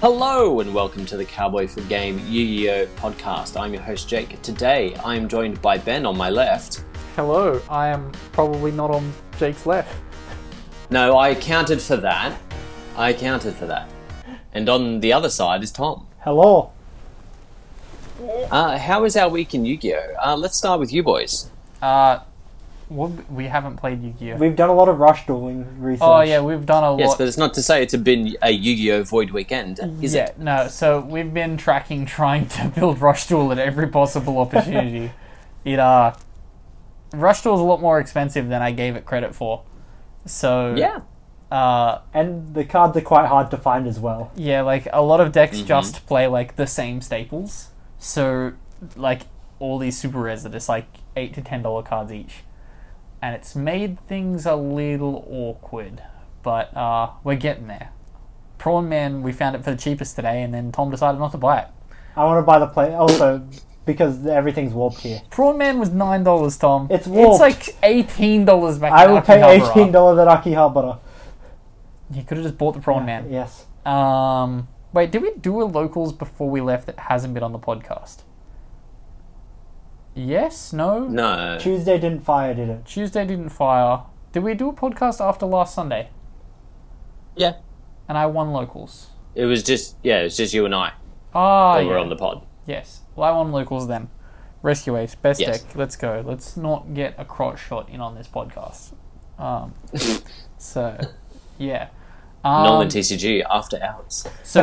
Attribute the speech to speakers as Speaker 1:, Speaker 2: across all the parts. Speaker 1: Hello and welcome to the Cowboy for Game Yu-Gi-Oh podcast. I'm your host Jake. Today I am joined by Ben on my left.
Speaker 2: Hello, I am probably not on Jake's left.
Speaker 1: No, I accounted for that. I accounted for that. And on the other side is Tom.
Speaker 2: Hello.
Speaker 1: Uh, how is our week in Yu-Gi-Oh? Uh, let's start with you boys.
Speaker 3: Uh, what, we haven't played Yu-Gi-Oh.
Speaker 4: We've done a lot of rush dueling research.
Speaker 3: oh yeah, we've done a
Speaker 1: Yes,
Speaker 3: lot.
Speaker 1: but it's not to say it's been a Yu-Gi-Oh void weekend, is
Speaker 3: yeah,
Speaker 1: it?
Speaker 3: no. So we've been tracking, trying to build Rush Duel at every possible opportunity. it uh, Rush Duel's a lot more expensive than I gave it credit for. So
Speaker 1: Yeah.
Speaker 3: uh,
Speaker 4: And the cards are quite hard to find as well.
Speaker 3: yeah, like a lot of decks
Speaker 4: Mm-hmm.
Speaker 3: just play like the same staples. So like all these super rares are just like eight to ten dollar cards each, and it's made things a little awkward. But uh, we're getting there. Prawn Man, we found it for the cheapest today, and then Tom decided not to buy it.
Speaker 4: I want to buy the play also because everything's warped here.
Speaker 3: Prawn Man was nine dollars, Tom.
Speaker 4: It's warped.
Speaker 3: It's like eighteen dollars back.
Speaker 4: I
Speaker 3: in
Speaker 4: will pay
Speaker 3: Akihabara.
Speaker 4: eighteen dollars at Akihabara.
Speaker 3: You could have just bought the Prawn Man.
Speaker 4: Yes,
Speaker 3: Um, wait, did we do a locals before we left that hasn't been on the podcast? Yes. No.
Speaker 1: No.
Speaker 4: Tuesday didn't fire, did it?
Speaker 3: Tuesday didn't fire. Did we do a podcast after last Sunday?
Speaker 1: Yeah.
Speaker 3: And I won locals.
Speaker 1: It was just yeah, it was just you and I
Speaker 3: Ah,
Speaker 1: that were
Speaker 3: yeah.
Speaker 1: on the pod.
Speaker 3: yes. Well, I won locals then. Rescue Ace, best
Speaker 1: Yes.
Speaker 3: deck. Let's go. Let's not get a crotch shot in on this podcast. Um, so, yeah. Um,
Speaker 1: Norman TCG after hours.
Speaker 3: So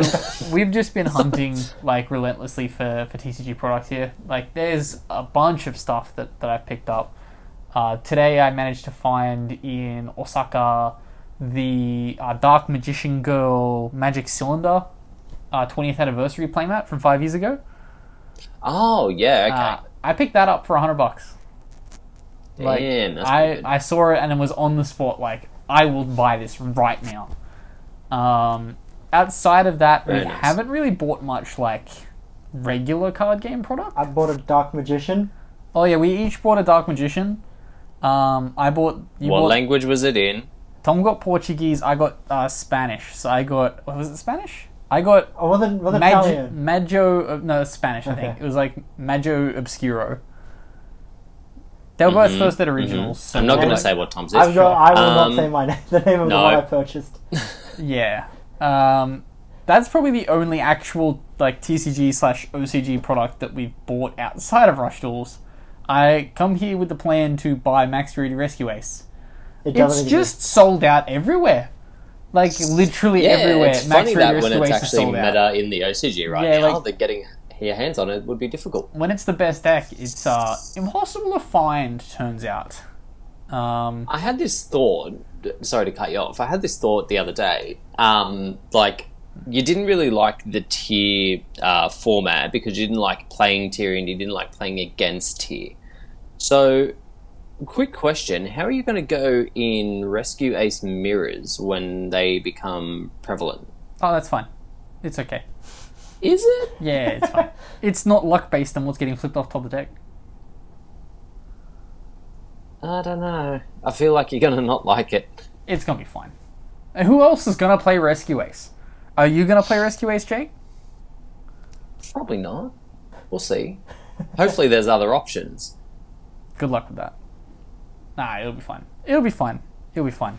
Speaker 3: we've just been hunting like relentlessly for, for TCG products here. Like there's a bunch of stuff that, that I've picked up. Uh, today I managed to find in Osaka the uh, Dark Magician Girl Magic Cylinder uh, 20th anniversary playmat from five years ago.
Speaker 1: Oh yeah, okay.
Speaker 3: Uh, I picked that up for hundred bucks.
Speaker 1: uh,
Speaker 3: Like
Speaker 1: Damn, that's pretty
Speaker 3: I,
Speaker 1: good.
Speaker 3: I saw it and it was on the spot. Like I will buy this right now. Um, outside of that,
Speaker 1: Very
Speaker 3: we
Speaker 1: nice.
Speaker 3: haven't really bought much like regular card game product.
Speaker 4: I bought a Dark Magician.
Speaker 3: Oh yeah, we each bought a Dark Magician. Um, I bought you
Speaker 1: what
Speaker 3: bought
Speaker 1: language was it in?
Speaker 3: Tom got Portuguese. I got uh, Spanish. So I got what was it Spanish? I got
Speaker 4: I wasn't Oh, was
Speaker 3: Mag-
Speaker 4: Italian.
Speaker 3: Maggio, uh, no, Spanish, I think.
Speaker 4: Okay.
Speaker 3: It was like Maggio Obscuro. They were both first at originals. so
Speaker 1: Mm-hmm. I'm not
Speaker 3: they're
Speaker 1: going to
Speaker 3: like-
Speaker 1: say what Tom's is.
Speaker 4: I've got, I will
Speaker 1: Um,
Speaker 4: not say my name, the name of
Speaker 1: no.
Speaker 4: the one I purchased.
Speaker 3: Yeah. Um, that's probably the only actual like TCG slash OCG product that we've bought outside of Rush Duels. I come here with the plan to buy Max Rudy Rescue Ace.
Speaker 4: It
Speaker 3: It's
Speaker 4: doesn't
Speaker 3: just sold out everywhere. Like literally
Speaker 1: yeah,
Speaker 3: everywhere.
Speaker 1: it's
Speaker 3: Max
Speaker 1: funny
Speaker 3: Rudy
Speaker 1: that when
Speaker 3: Rescue
Speaker 1: it's
Speaker 3: Ace is
Speaker 1: actually
Speaker 3: sold out.
Speaker 1: meta in the OCG right
Speaker 3: Yeah,
Speaker 1: now,
Speaker 3: like-
Speaker 1: that getting your hands on it would be difficult.
Speaker 3: When it's the best deck, it's uh, impossible to find. Turns out. Um,
Speaker 1: I had this thought. Sorry to cut you off. I had this thought the other day. Um, like you didn't really like the tier uh, format because you didn't like playing tier and you didn't like playing against tier. So, quick question: How are you going to go in Rescue Ace mirrors when they become prevalent?
Speaker 3: oh, that's fine. It's okay.
Speaker 1: Is it?
Speaker 3: Yeah, it's fine. it's not luck based on what's getting flipped off top of the deck.
Speaker 1: I don't know. I feel like you're gonna not like it.
Speaker 3: it's gonna be fine. And who else is gonna play Rescue Ace? Are you gonna play Rescue Ace, Jake?
Speaker 1: Probably not. We'll see. Hopefully, there's other options.
Speaker 3: Good luck with that. Nah, it'll be fine. It'll be fine. It'll be fine.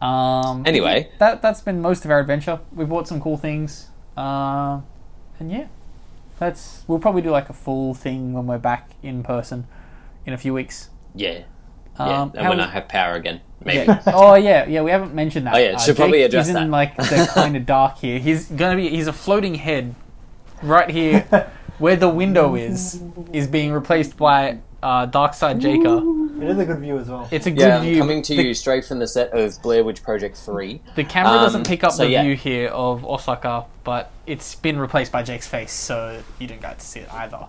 Speaker 3: Um,
Speaker 1: Anyway.
Speaker 3: that that's been most of our adventure. We bought some cool things, uh, and yeah, that's we'll probably do like a full thing when we're back in person in a few weeks.
Speaker 1: Yeah. Yeah.
Speaker 3: Um,
Speaker 1: and
Speaker 3: how
Speaker 1: when
Speaker 3: was-
Speaker 1: I have power again, maybe.
Speaker 3: Yeah. oh yeah, yeah. We haven't mentioned that. Uh,
Speaker 1: Oh, yeah, should probably
Speaker 3: Jake
Speaker 1: address
Speaker 3: is
Speaker 1: that.
Speaker 3: in like the kind of dark here. He's gonna be. He's a floating head, right here, where the window is, is being replaced by uh, Darkside Jaker.
Speaker 4: It is a good view as well.
Speaker 3: It's a good
Speaker 1: Yeah, I'm
Speaker 3: view.
Speaker 1: coming to
Speaker 3: the,
Speaker 1: you straight from the set of Blair Witch Project 3.
Speaker 3: The camera
Speaker 1: Um,
Speaker 3: doesn't pick up
Speaker 1: so
Speaker 3: the
Speaker 1: yeah.
Speaker 3: view here of Osaka, but it's been replaced by Jake's face, so you don't get to see it either.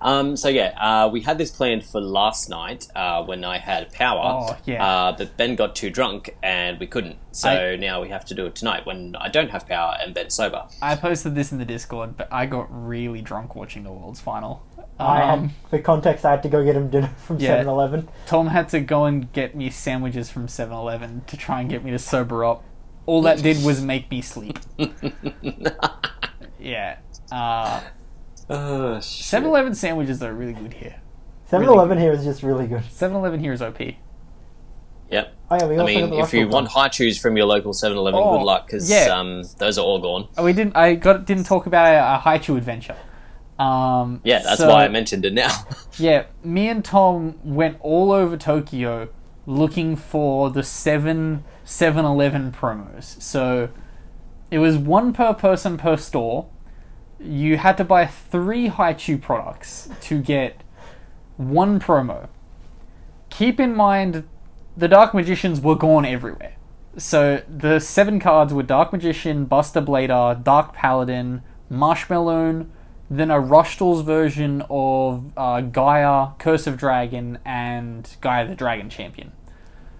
Speaker 1: Um, so, yeah, uh, we had this planned for last night uh, when I had power.
Speaker 3: Oh, yeah.
Speaker 1: Uh, but Ben got too drunk and we couldn't. So
Speaker 3: I-
Speaker 1: now we have to do it tonight when I don't have power and Ben's sober.
Speaker 3: I posted this in the Discord, but I got really drunk watching the World's Final.
Speaker 4: I
Speaker 3: Um,
Speaker 4: had, for context, I had to go get him dinner from
Speaker 3: Yeah.
Speaker 4: 7-Eleven.
Speaker 3: Tom had to go and get me sandwiches from 7 Eleven to try and get me to sober up. all that did was make me sleep. yeah. Uh,
Speaker 1: Oh, shit.
Speaker 3: 7 Eleven sandwiches are really good here.
Speaker 4: 7 Eleven here is just really good.
Speaker 3: 7 Eleven here is OP.
Speaker 1: Yep.
Speaker 4: Oh, yeah, we
Speaker 1: I
Speaker 4: also got
Speaker 1: mean,
Speaker 4: the
Speaker 1: if you
Speaker 4: Russell
Speaker 1: want high chews from your local 7 Eleven,
Speaker 3: Oh,
Speaker 1: good luck, because
Speaker 3: yeah.
Speaker 1: um, those are all gone.
Speaker 3: Oh, we didn't. I got didn't talk about our, our Haichu adventure. Um,
Speaker 1: Yeah, that's
Speaker 3: so-
Speaker 1: why I mentioned it now.
Speaker 3: Yeah, me and Tom went all over Tokyo looking for the seven 7-Eleven promos. So it was one per person per store. You had to buy three Haichu products to get one promo. Keep in mind, the Dark Magicians were gone everywhere. So the seven cards were Dark Magician, Buster Blader, Dark Paladin, Marshmallow, then a Rostal's version of uh, Gaia, Curse of Dragon, and Gaia the Dragon Champion.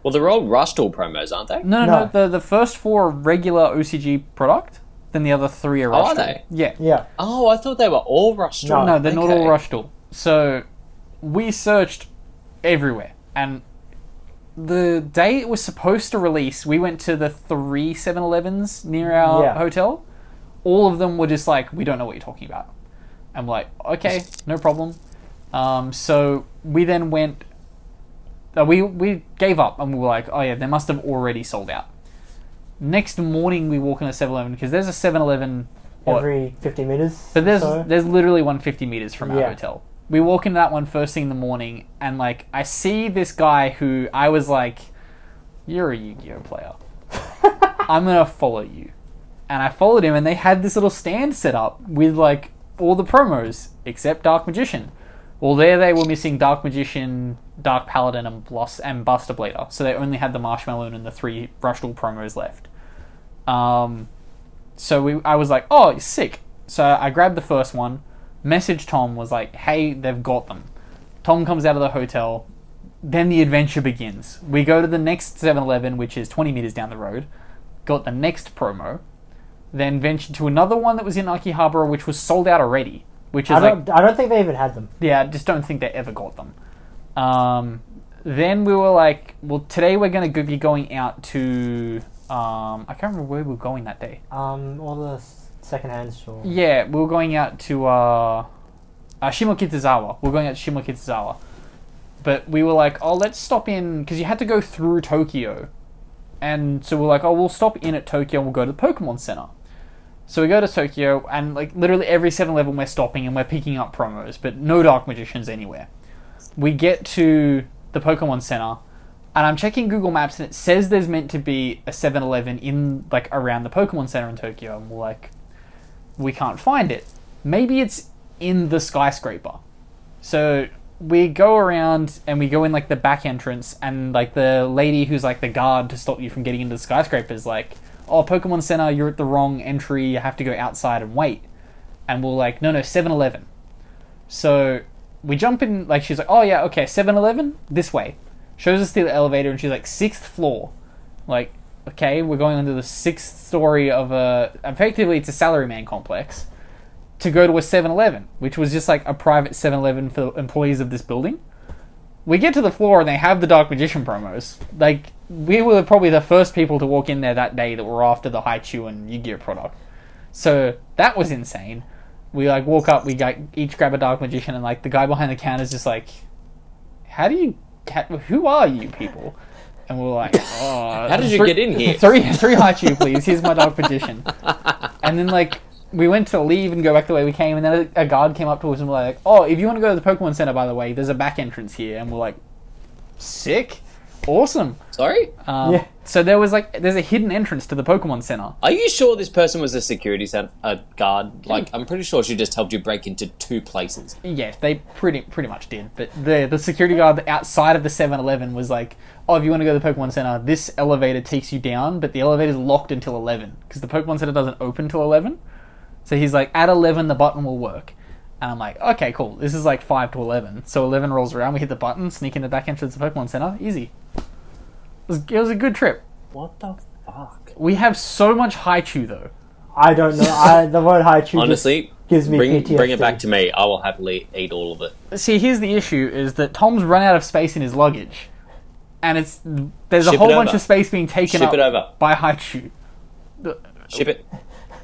Speaker 1: well, they're all Rustle promos, aren't they?
Speaker 3: No, no, no.
Speaker 4: No.
Speaker 3: the, the first four are regular OCG product, then the other three are
Speaker 1: Oh,
Speaker 3: Rostal.
Speaker 1: are they?
Speaker 3: Yeah.
Speaker 4: Yeah.
Speaker 1: Oh, I thought they were all Rustle.
Speaker 4: No.
Speaker 3: No, they're not all
Speaker 1: Okay.
Speaker 3: Rushdal. So we searched everywhere, and the day it was supposed to release, we went to the three 7-Elevens near our
Speaker 4: Yeah.
Speaker 3: hotel. All of them were just like, "We don't know what you're talking about." I'm like, "Okay, no problem." Um, so we then went. Uh, we we gave up and we were like, "Oh yeah, they must have already sold out." Next morning, we walk in a 7-Eleven because there's a 7-Eleven or-
Speaker 4: Every 50 meters.
Speaker 3: but there's
Speaker 4: so.
Speaker 3: there's literally 150 meters from our
Speaker 4: Yeah.
Speaker 3: hotel. We walk into that one first thing in the morning, and like I see this guy who I was like, "You're a Yu-Gi-Oh player. I'm gonna follow you," and I followed him, and they had this little stand set up with like all the promos except Dark Magician. Well, there they were missing Dark Magician, Dark Paladin, and Bloss and Buster Blader, so they only had the Marshmallow and the three Rushdool promos left. Um, so we, I was like, oh, sick. So I grabbed the first one. Message Tom was like, hey, they've got them. Tom comes out of the hotel. Then the adventure begins. We go to the next 7 Eleven, which is 20 meters down the road. Got the next promo. Then ventured to another one that was in Akihabara, which was sold out already. Which is
Speaker 4: I
Speaker 3: like,
Speaker 4: don't, I don't think they even had them.
Speaker 3: yeah, I just don't think they ever got them. Um, then we were like, well, today we're going to be going out to. Um, I can't remember where we were going that day.
Speaker 4: Um, all the s- secondhand store.
Speaker 3: Yeah, we were going out to uh, uh Shimokitazawa. We were going out to Shimokitazawa. But we were like, oh, let's stop in because you had to go through Tokyo, and so we're like, oh, we'll stop in at Tokyo and we'll go to the Pokemon Center. So we go to Tokyo and like literally every 7-Eleven we're stopping and we're picking up promos, but no Dark Magicians anywhere. We get to the Pokemon Center, and I'm checking Google Maps and it says there's meant to be a 7-Eleven in like around the Pokemon Center in Tokyo, and we're like, we can't find it. Maybe it's in the skyscraper. So we go around and we go in like the back entrance, and like the lady who's like the guard to stop you from getting into the skyscraper is like, "Oh, Pokemon Center, you're at the wrong entry. You have to go outside and wait." And we're like, "No, no, 7-Eleven." So we jump in. Like she's like, "Oh yeah, okay, 7-Eleven this way." Shows us the elevator, and she's like, sixth floor." Like, okay, we're going under the sixth story of a. Effectively, it's a salaryman complex to go to a 7 Eleven, which was just like a private 7 Eleven for the employees of this building. We get to the floor and they have the Dark Magician promos. Like, we were probably the first people to walk in there that day that were after the Haichu and Yu Gi Oh product. So that was insane. We like walk up, we like, each grab a Dark Magician, and like the guy behind the counter is just like, How do you. How, who are you people? And we we're like, Oh.
Speaker 1: How did you
Speaker 3: three-
Speaker 1: get in here?
Speaker 3: Three, three Haichu, please. Here's my Dark Magician. And then like we went to leave and go back the way we came, and then a, a guard came up to us and was like, "Oh, if you want to go to the Pokemon Center, by the way, there's a back entrance here." And we're like, "Sick, awesome."
Speaker 1: Sorry?
Speaker 3: Um,
Speaker 4: Yeah.
Speaker 3: So there was like there's a hidden entrance to the Pokemon Center.
Speaker 1: Are you sure this person was a security cent- uh, guard? Like, I'm pretty sure she just helped you break into two places.
Speaker 3: Yes, they pretty pretty much did. But the the security guard outside of the 7-Eleven was like, "Oh, if you want to go to the Pokemon Center, this elevator takes you down, but the elevator's locked until 11 because the Pokemon Center doesn't open till 11." So he's like, "At 11 the button will work." And I'm like, "Okay, cool. This is like 5 to 11." So 11 rolls around, we hit the button, sneak in the back entrance of the Pokemon Center. Easy. It was, it was a good trip.
Speaker 1: What the fuck?
Speaker 3: We have so much Haichu though.
Speaker 4: I don't know. I, the word Haichu
Speaker 1: Honestly,
Speaker 4: gives me
Speaker 1: bring, bring it
Speaker 4: PTSD.
Speaker 1: back to me. I will happily eat all of it.
Speaker 3: See, here's the issue: is that Tom's run out of space in his luggage, and it's there's a
Speaker 1: Ship it
Speaker 3: whole bunch
Speaker 1: over.
Speaker 3: of space being taken
Speaker 1: Ship
Speaker 3: up
Speaker 1: it over.
Speaker 3: by
Speaker 1: Ship
Speaker 3: Haichu.
Speaker 1: it. Ship it.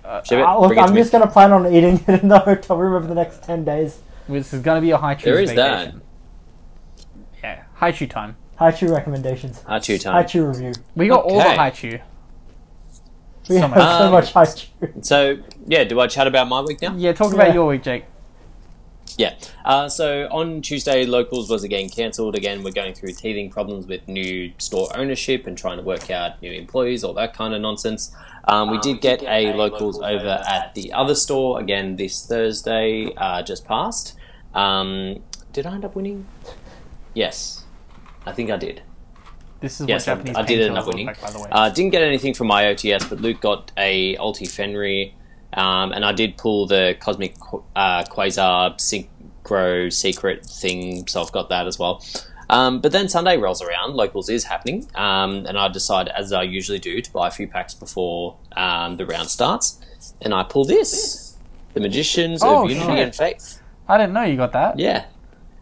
Speaker 4: Uh, look,
Speaker 1: Bring it to
Speaker 4: I'm
Speaker 1: me.
Speaker 4: just gonna plan on eating it in the hotel room over the next ten days.
Speaker 3: This is going to be a high chew
Speaker 1: There is that.
Speaker 3: Yeah, high chew time.
Speaker 4: Haichu recommendations.
Speaker 1: Haichu time.
Speaker 4: Haichu review.
Speaker 3: We got all the
Speaker 1: Okay.
Speaker 3: high chew.
Speaker 4: We
Speaker 3: So
Speaker 4: have
Speaker 3: much.
Speaker 4: so
Speaker 1: Um,
Speaker 4: much haichu.
Speaker 1: So, yeah, do I chat about my week now?
Speaker 3: Yeah, talk
Speaker 4: Yeah.
Speaker 3: about your week, Jake.
Speaker 1: Yeah. Uh, so on Tuesday, locals was again cancelled. Again, we're going through teething problems with new store ownership and trying to work out new employees, all that kind of nonsense. Um, we did get, a locals, over at the other store again this Thursday, uh, just past. Um, did I end up winning? Yes, I think I did.
Speaker 3: This is
Speaker 1: Yes, I-
Speaker 3: what Japanese
Speaker 1: I did end
Speaker 3: painkillers
Speaker 1: up
Speaker 3: look
Speaker 1: winning.
Speaker 3: Like, by the way.
Speaker 1: Uh, didn't get anything from my OTS, but Luke got a Alti Fenry, um, and I did pull the Cosmic Qu- uh, Quasar Synchro Secret thing, so I've got that as well. Um, but then Sunday rolls around, locals is happening, um, and I decide, as I usually do, to buy a few packs before um, the round starts, and I pull this. The Magicians
Speaker 3: Oh,
Speaker 1: of Unity
Speaker 3: shit.
Speaker 1: and Faith.
Speaker 3: I didn't know you got that.
Speaker 1: Yeah.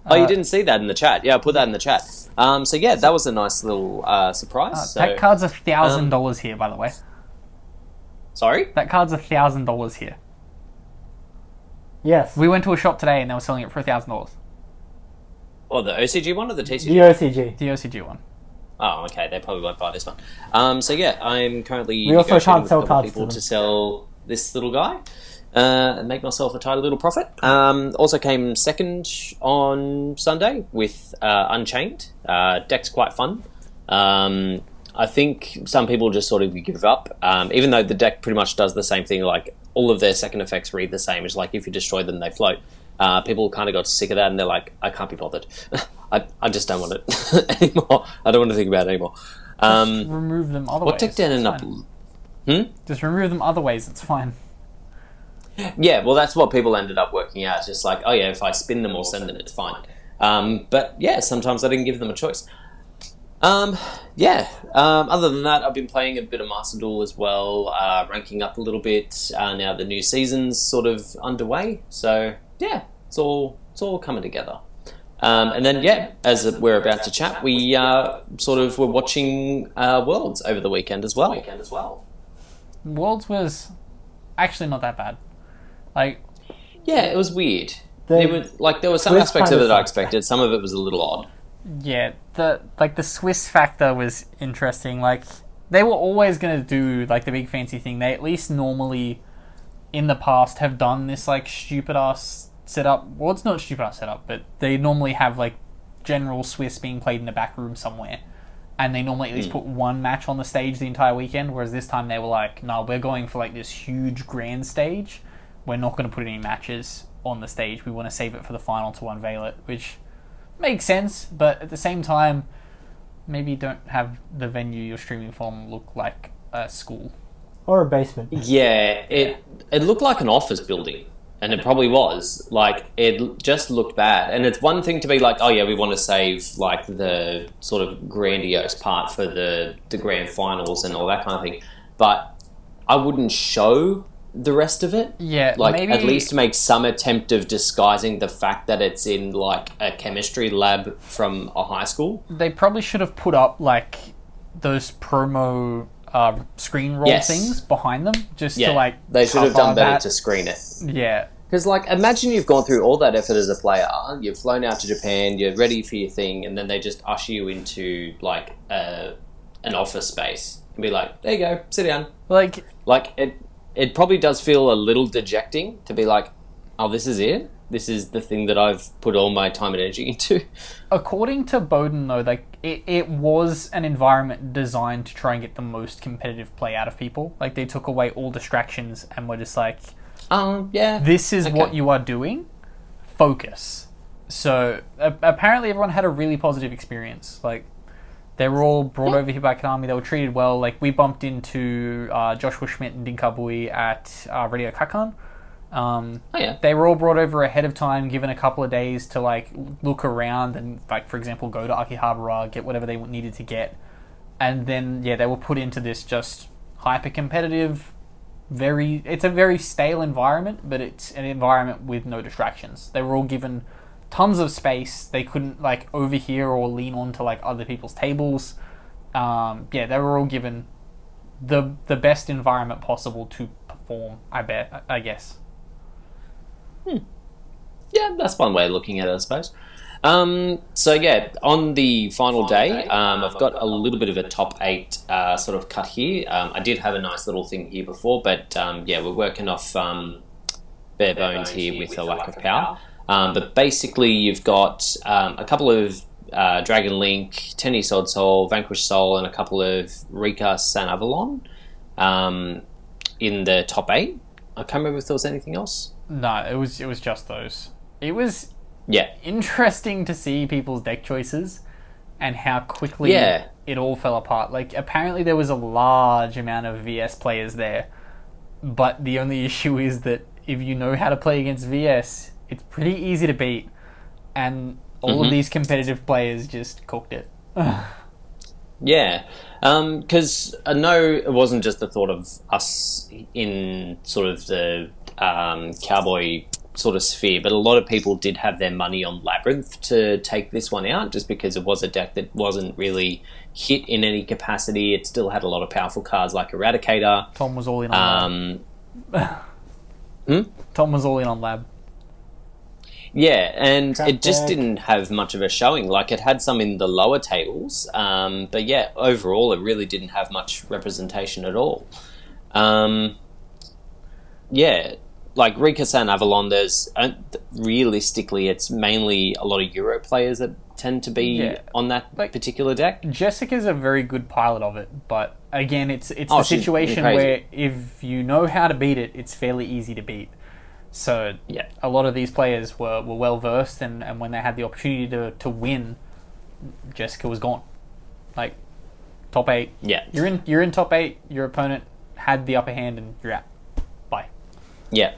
Speaker 1: Oh, you
Speaker 3: Uh,
Speaker 1: didn't see that in the chat. Yeah, I put that in the chat. Um, so yeah, that was a nice little uh, surprise.
Speaker 3: Uh,
Speaker 1: so,
Speaker 3: that card's a thousand
Speaker 1: um,
Speaker 3: dollars here, by the way.
Speaker 1: sorry.
Speaker 3: That card's a thousand dollars here.
Speaker 4: Yes.
Speaker 3: We went to a shop today and they were selling it for a thousand dollars.
Speaker 1: Or the OCG one or the TCG?
Speaker 4: The OCG.
Speaker 3: The OCG one.
Speaker 1: Oh, okay. They probably won't buy this one. Um, so yeah, I'm currently
Speaker 4: We also
Speaker 1: negotiating
Speaker 4: can't
Speaker 1: with
Speaker 4: sell
Speaker 1: a couple of
Speaker 4: cards to
Speaker 1: people
Speaker 4: them.
Speaker 1: to sell this little guy uh, and make myself a tiny little profit. Um, also came second on Sunday with uh, Unchained. Uh, deck's quite fun. Um, I think some people just sort of give up, um, even though the deck pretty much does the same thing. Like all of their second effects read the same. It's like if you destroy them, they float. Uh, people kind of got sick of that, and they're like, "I can't be bothered. I, I just don't want it anymore. I don't want to think about it anymore." Um,
Speaker 3: remove them other
Speaker 1: what
Speaker 3: ways.
Speaker 1: deck did I
Speaker 3: It's
Speaker 1: end up? Hmm?
Speaker 3: fine. Just remove them other ways. It's fine.
Speaker 1: Yeah, well, that's what people ended up working out. It's just like, oh yeah, if I spin them or send them, it's fine. Um, but yeah, sometimes I didn't give them a choice. Um, yeah. Um, other than that, I've been playing a bit of Master Duel as well, uh, ranking up a little bit. Uh, now the new season's sort of underway, so yeah, it's all it's all coming together. Um, and then yeah, as we're about to chat, we uh, sort of were watching uh, Worlds over the weekend as well.
Speaker 5: weekend as well.
Speaker 3: Worlds was actually not that bad. Like
Speaker 1: Yeah, it was weird.
Speaker 4: The-
Speaker 1: There were, like there were some
Speaker 4: Swiss
Speaker 1: aspects
Speaker 4: kind
Speaker 1: of
Speaker 4: of
Speaker 1: it I
Speaker 4: sucked.
Speaker 1: expected. Some of it was a little odd.
Speaker 3: Yeah, the like the Swiss factor was interesting. Like they were always gonna do like the big fancy thing. They at least normally in the past have done this like stupid ass setup. Well it's not stupid ass setup, but they normally have like general Swiss being played in a back room somewhere. And they normally at least put one match on the stage the entire weekend, whereas this time they were like, no, we're going for like this huge grand stage. We're not going to put any matches on the stage. We want to save it for the final to unveil it, which makes sense, but at the same time, maybe don't have the venue you're streaming from look like a school.
Speaker 4: Or a basement.
Speaker 1: Yeah, it it looked like an office building, and it probably was. Like it l- just looked bad. And it's one thing to be like, oh yeah, we want to save like the sort of grandiose part for the the grand finals and all that kind of thing, but I wouldn't show the rest of it.
Speaker 3: Yeah,
Speaker 1: like
Speaker 3: maybe
Speaker 1: at least make some attempt of disguising the fact that it's in like a chemistry lab from a high school.
Speaker 3: they probably should have put up like those promo uh, screen roll
Speaker 1: Yes.
Speaker 3: things behind them, just
Speaker 1: Yeah,
Speaker 3: to like
Speaker 1: they should have
Speaker 3: cover
Speaker 1: done better
Speaker 3: that.
Speaker 1: to screen it.
Speaker 3: Yeah,
Speaker 1: Because, like, imagine you've gone through all that effort as a player. You've flown out to Japan. You're ready for your thing, and then they just usher you into like a an office space and be like, "There you go, sit down."
Speaker 3: like
Speaker 1: Like it, it probably does feel a little dejecting to be like, "Oh, this is it. This is the thing that I've put all my time and energy into."
Speaker 3: according to Bowden though, like it, it was an environment designed to try and get the most competitive play out of people. Like they took away all distractions and were just like,
Speaker 1: Um, yeah.
Speaker 3: this is what
Speaker 1: Okay.
Speaker 3: you are doing focus so a- apparently everyone had a really positive experience like they were all brought over here by Konami. They were treated well. Like we bumped into uh, Joshua Schmidt and Dinka Bui at uh, Radio Kakan. Um,
Speaker 1: oh yeah.
Speaker 3: they were all brought over ahead of time, given a couple of days to like look around and like for example go to Akihabara, get whatever they needed to get, and then yeah they were put into this just hyper competitive, very it's a very stale environment, but it's an environment with no distractions. They were all given tons of space. They couldn't like overhear or lean onto like other people's tables. Um, yeah, they were all given the the best environment possible to perform. I bet. I guess.
Speaker 1: yeah, that's one way of looking at it, I suppose. Um, so yeah, on the final day, um, I've got a little bit of a top eight uh, sort of cut here. Um, I did have a nice little thing here before, but um, yeah, we're working off um, bare bones here with a lack of power. Um, but basically, you've got um, a couple of uh, Dragon Link, Tennis Odd Soul, Vanquish Soul, and a couple of Rika San Avalon um, in the top eight. I can't remember if there was anything else.
Speaker 3: No, it was it was just those. It was
Speaker 1: Yeah,
Speaker 3: interesting to see people's deck choices and how quickly
Speaker 1: Yeah.
Speaker 3: it all fell apart. Like apparently there was a large amount of VS players there, but the only issue is that if you know how to play against VS, it's pretty easy to beat, and all
Speaker 1: Mm-hmm.
Speaker 3: of these competitive players just cooked it.
Speaker 1: Yeah, Um, because I know it wasn't just the thought of us in sort of the um, cowboy sort of sphere, but a lot of people did have their money on Labyrinth to take this one out just because it was a deck that wasn't really hit in any capacity. It still had a lot of powerful cards like Eradicator.
Speaker 3: Tom was all in on lab.
Speaker 1: Um,
Speaker 3: Tom was all in on lab.
Speaker 1: Yeah, and
Speaker 4: Trap
Speaker 1: it just
Speaker 4: deck.
Speaker 1: didn't have much of a showing. Like it had some in the lower tables, um, but yeah, overall it really didn't have much representation at all. Um, yeah, like Rika San Avalon, there's uh, realistically it's mainly a lot of Euro players that tend to be
Speaker 3: Yeah.
Speaker 1: on that
Speaker 3: Like-
Speaker 1: particular deck.
Speaker 3: Jessica's a very good pilot of it, but again, it's it's
Speaker 1: Oh,
Speaker 3: the
Speaker 1: she's
Speaker 3: situation
Speaker 1: crazy.
Speaker 3: where if you know how to beat it, it's fairly easy to beat. So
Speaker 1: Yeah,
Speaker 3: a lot of these players were, were well versed, and, and when they had the opportunity to, to win, Jessica was gone. Like top eight,
Speaker 1: yeah,
Speaker 3: you're in you're in top eight. Your opponent had the upper hand, and you're out. Bye.
Speaker 1: Yeah.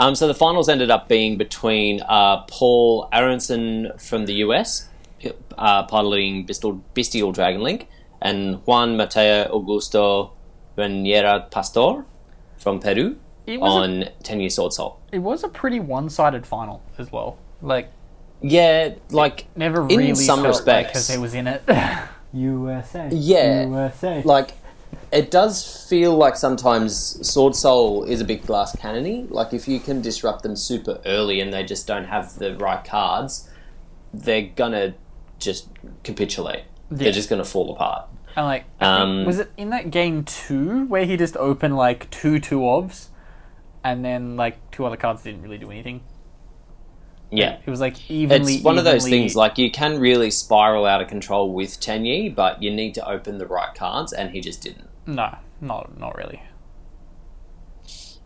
Speaker 1: Um, so the finals ended up being between uh, Paul Aronson from the US, uh, piloting Bestial, Bestial Dragon Link, and Juan Mateo Augusto Reniera Pastor from Peru
Speaker 3: It was
Speaker 1: on 10 Year Sword Soul.
Speaker 3: a, it was a pretty one sided final as well. Like
Speaker 1: Yeah, like,
Speaker 3: never
Speaker 1: In
Speaker 3: really
Speaker 1: some
Speaker 3: felt
Speaker 1: respects.
Speaker 3: because it was in it.
Speaker 4: USA.
Speaker 1: Yeah.
Speaker 4: USA.
Speaker 1: like it does feel like sometimes Sword Soul is a big glass cannony. Like if you can disrupt them super early and they just don't have the right cards, they're gonna just capitulate.
Speaker 3: Yeah.
Speaker 1: They're just gonna fall apart.
Speaker 3: And like, I
Speaker 1: Um,
Speaker 3: think- was it in that game two where he just opened like two two ofs, and then like two other cards didn't really do anything?
Speaker 1: Yeah.
Speaker 3: It was like evenly.
Speaker 1: It's one of those
Speaker 3: evenly-
Speaker 1: things like you can really spiral out of control with Tenyi, but you need to open the right cards, and he just didn't.
Speaker 3: no, not not really.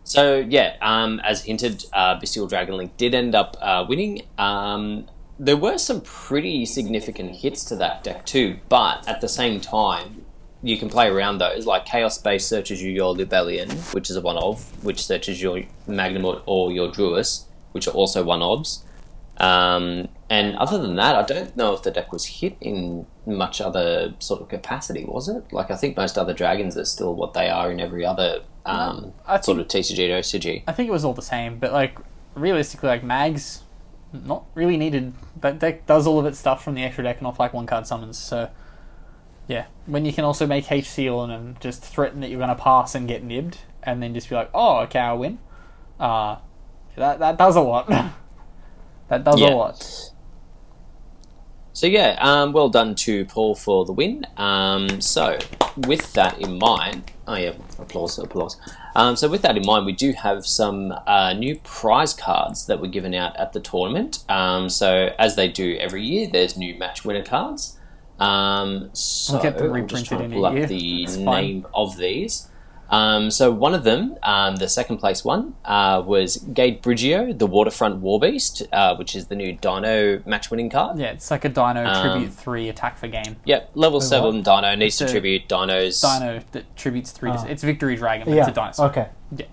Speaker 1: So yeah, um, as hinted, uh, Bestial Dragonlink did end up uh, winning. Um, there were some pretty significant hits to that deck too, but at the same time, you can play around those. Like Chaos Space searches you your Lubellian, which is a one of, which searches your Magnamort or your Druus, which are also one ofs. Um, and other than that, I don't know if the deck was hit in much other sort of capacity, was it? Like I think most other dragons are still what they are in every other um,
Speaker 3: I
Speaker 1: sort of TCG to OCG.
Speaker 3: I think it was all the same, but like realistically, like mags, not really needed. That deck does all of its stuff from the extra deck and off like one card summons. So yeah, when you can also make H seal and, and just threaten that you're going to pass and get nibbed, and then just be like, oh, okay, I win. Uh, that that does a lot. that does
Speaker 1: Yeah.
Speaker 3: a lot.
Speaker 1: So yeah, um, well done to Paul for the win. Um, so with that in mind, oh yeah, applause, applause. Um, so with that in mind, we do have some uh, new prize cards that were given out at the tournament. Um, so as they do every year, there's new match winner cards. Um, so
Speaker 3: We'll get them
Speaker 1: I'm just
Speaker 3: reprinted
Speaker 1: trying to
Speaker 3: in a
Speaker 1: pull up
Speaker 3: year.
Speaker 1: the
Speaker 3: It's fine.
Speaker 1: name of these. Um, so one of them, um, the second place one, uh, was Gate Brigio, the Waterfront War Beast, uh, which is the new Dino match winning card.
Speaker 3: Yeah, it's like a Dino
Speaker 1: Um,
Speaker 3: tribute three attack for game.
Speaker 1: Yep, level seven dino needs to
Speaker 3: a-
Speaker 1: tribute dinos.
Speaker 3: Dino that tributes three.
Speaker 4: Ah.
Speaker 3: To, it's Victory Dragon. But
Speaker 4: yeah.
Speaker 3: It's a dinosaur.
Speaker 4: Okay.
Speaker 3: Yeah.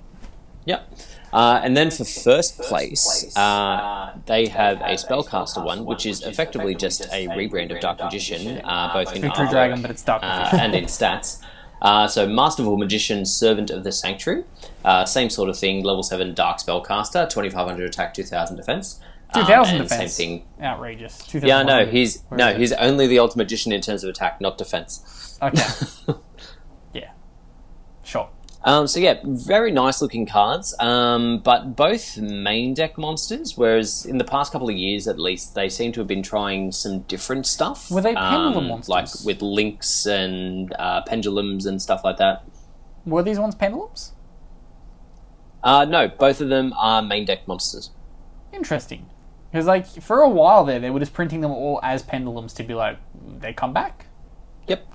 Speaker 1: Yep. Uh, and then for first place,
Speaker 5: place,
Speaker 1: uh, they have a
Speaker 5: have a
Speaker 1: spellcaster
Speaker 5: Spellcaster
Speaker 1: one, which is effectively just a rebrand of Dark Magician,
Speaker 5: Magician,
Speaker 1: uh, both in
Speaker 3: Victory
Speaker 1: artwork,
Speaker 3: Dragon, but it's Dark
Speaker 1: uh,
Speaker 3: Magician.
Speaker 1: and in stats. Uh, so, Masterful Magician, Servant of the Sanctuary. Uh, same sort of thing, level 7 Dark Spellcaster, 2500 attack, 2000 defense. Um,
Speaker 3: 2000
Speaker 1: and
Speaker 3: defense.
Speaker 1: Same thing.
Speaker 3: Outrageous.
Speaker 1: Yeah, no,
Speaker 3: 2100.
Speaker 1: he's
Speaker 3: Where
Speaker 1: no,
Speaker 3: is it?
Speaker 1: he's only the Ultimate Magician in terms of attack, not defense.
Speaker 3: Okay. yeah.
Speaker 1: Um, so yeah, very nice looking cards, um, but both main deck monsters. Whereas in the past couple of years, at least, they seem to have been trying some different stuff. Um,
Speaker 3: Were they pendulum monsters?
Speaker 1: like with links and uh, pendulums and stuff like that?
Speaker 3: Were these ones pendulums?
Speaker 1: Uh, no, both of them are main deck monsters.
Speaker 3: Interesting. Because like for a while there, they were just printing them all as pendulums to be like they come back,
Speaker 1: Yep,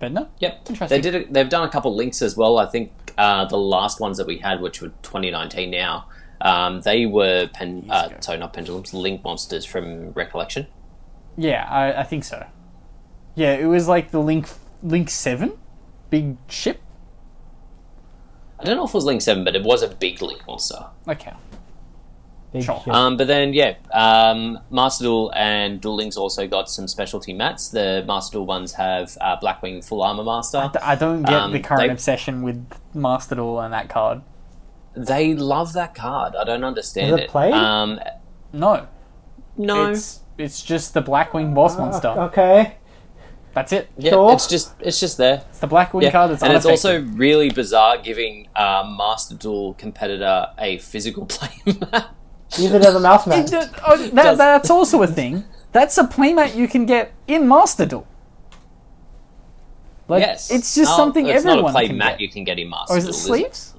Speaker 3: but no.
Speaker 1: yep.
Speaker 3: Interesting.
Speaker 1: They did. A, they've done a couple links as well. I think uh, the last ones that we had, which were 2019 now, um, they were pen. Uh,
Speaker 3: ago.
Speaker 1: sorry, not pendulums. Link monsters from recollection.
Speaker 3: Yeah, I, I think so. Yeah, it was like the Link Link Seven, big ship.
Speaker 1: I don't know if it was Link Seven, but it was a big Link monster.
Speaker 3: Okay.
Speaker 4: Big
Speaker 3: Sure.
Speaker 4: ship.
Speaker 1: Um, but then, yeah, um, Master Duel and Duel Links also got some specialty mats. The Master Duel ones have uh, Blackwing Full Armor Master.
Speaker 3: I don't get
Speaker 1: Um,
Speaker 3: the current
Speaker 1: they-
Speaker 3: obsession with Master Duel and that card.
Speaker 1: They love that card. I don't understand
Speaker 4: Is it played?
Speaker 1: Um,
Speaker 3: No,
Speaker 1: no, it's,
Speaker 3: it's it's just the Blackwing boss
Speaker 4: Ah.
Speaker 3: monster.
Speaker 4: Uh, Okay.
Speaker 3: That's it.
Speaker 1: yeah,
Speaker 4: sure.
Speaker 1: it's just it's just there.
Speaker 3: It's the Blackwing
Speaker 1: Yeah.
Speaker 3: card. That's
Speaker 1: and it's also
Speaker 3: unaffected.
Speaker 1: really bizarre giving uh, Master Duel competitor a physical play mat.
Speaker 4: Use it as a mouse mat.
Speaker 3: It- uh, oh, that,
Speaker 1: Does-
Speaker 3: that's also a thing. That's a playmat you can get in Master Duel. Like,
Speaker 1: yes,
Speaker 3: it's just
Speaker 1: Oh,
Speaker 3: something
Speaker 1: it's
Speaker 3: everyone
Speaker 1: not a play
Speaker 3: can
Speaker 1: mat
Speaker 3: get.
Speaker 1: you can get in Master
Speaker 3: Or is
Speaker 1: Duel,
Speaker 3: it
Speaker 1: is it?
Speaker 3: sleeves?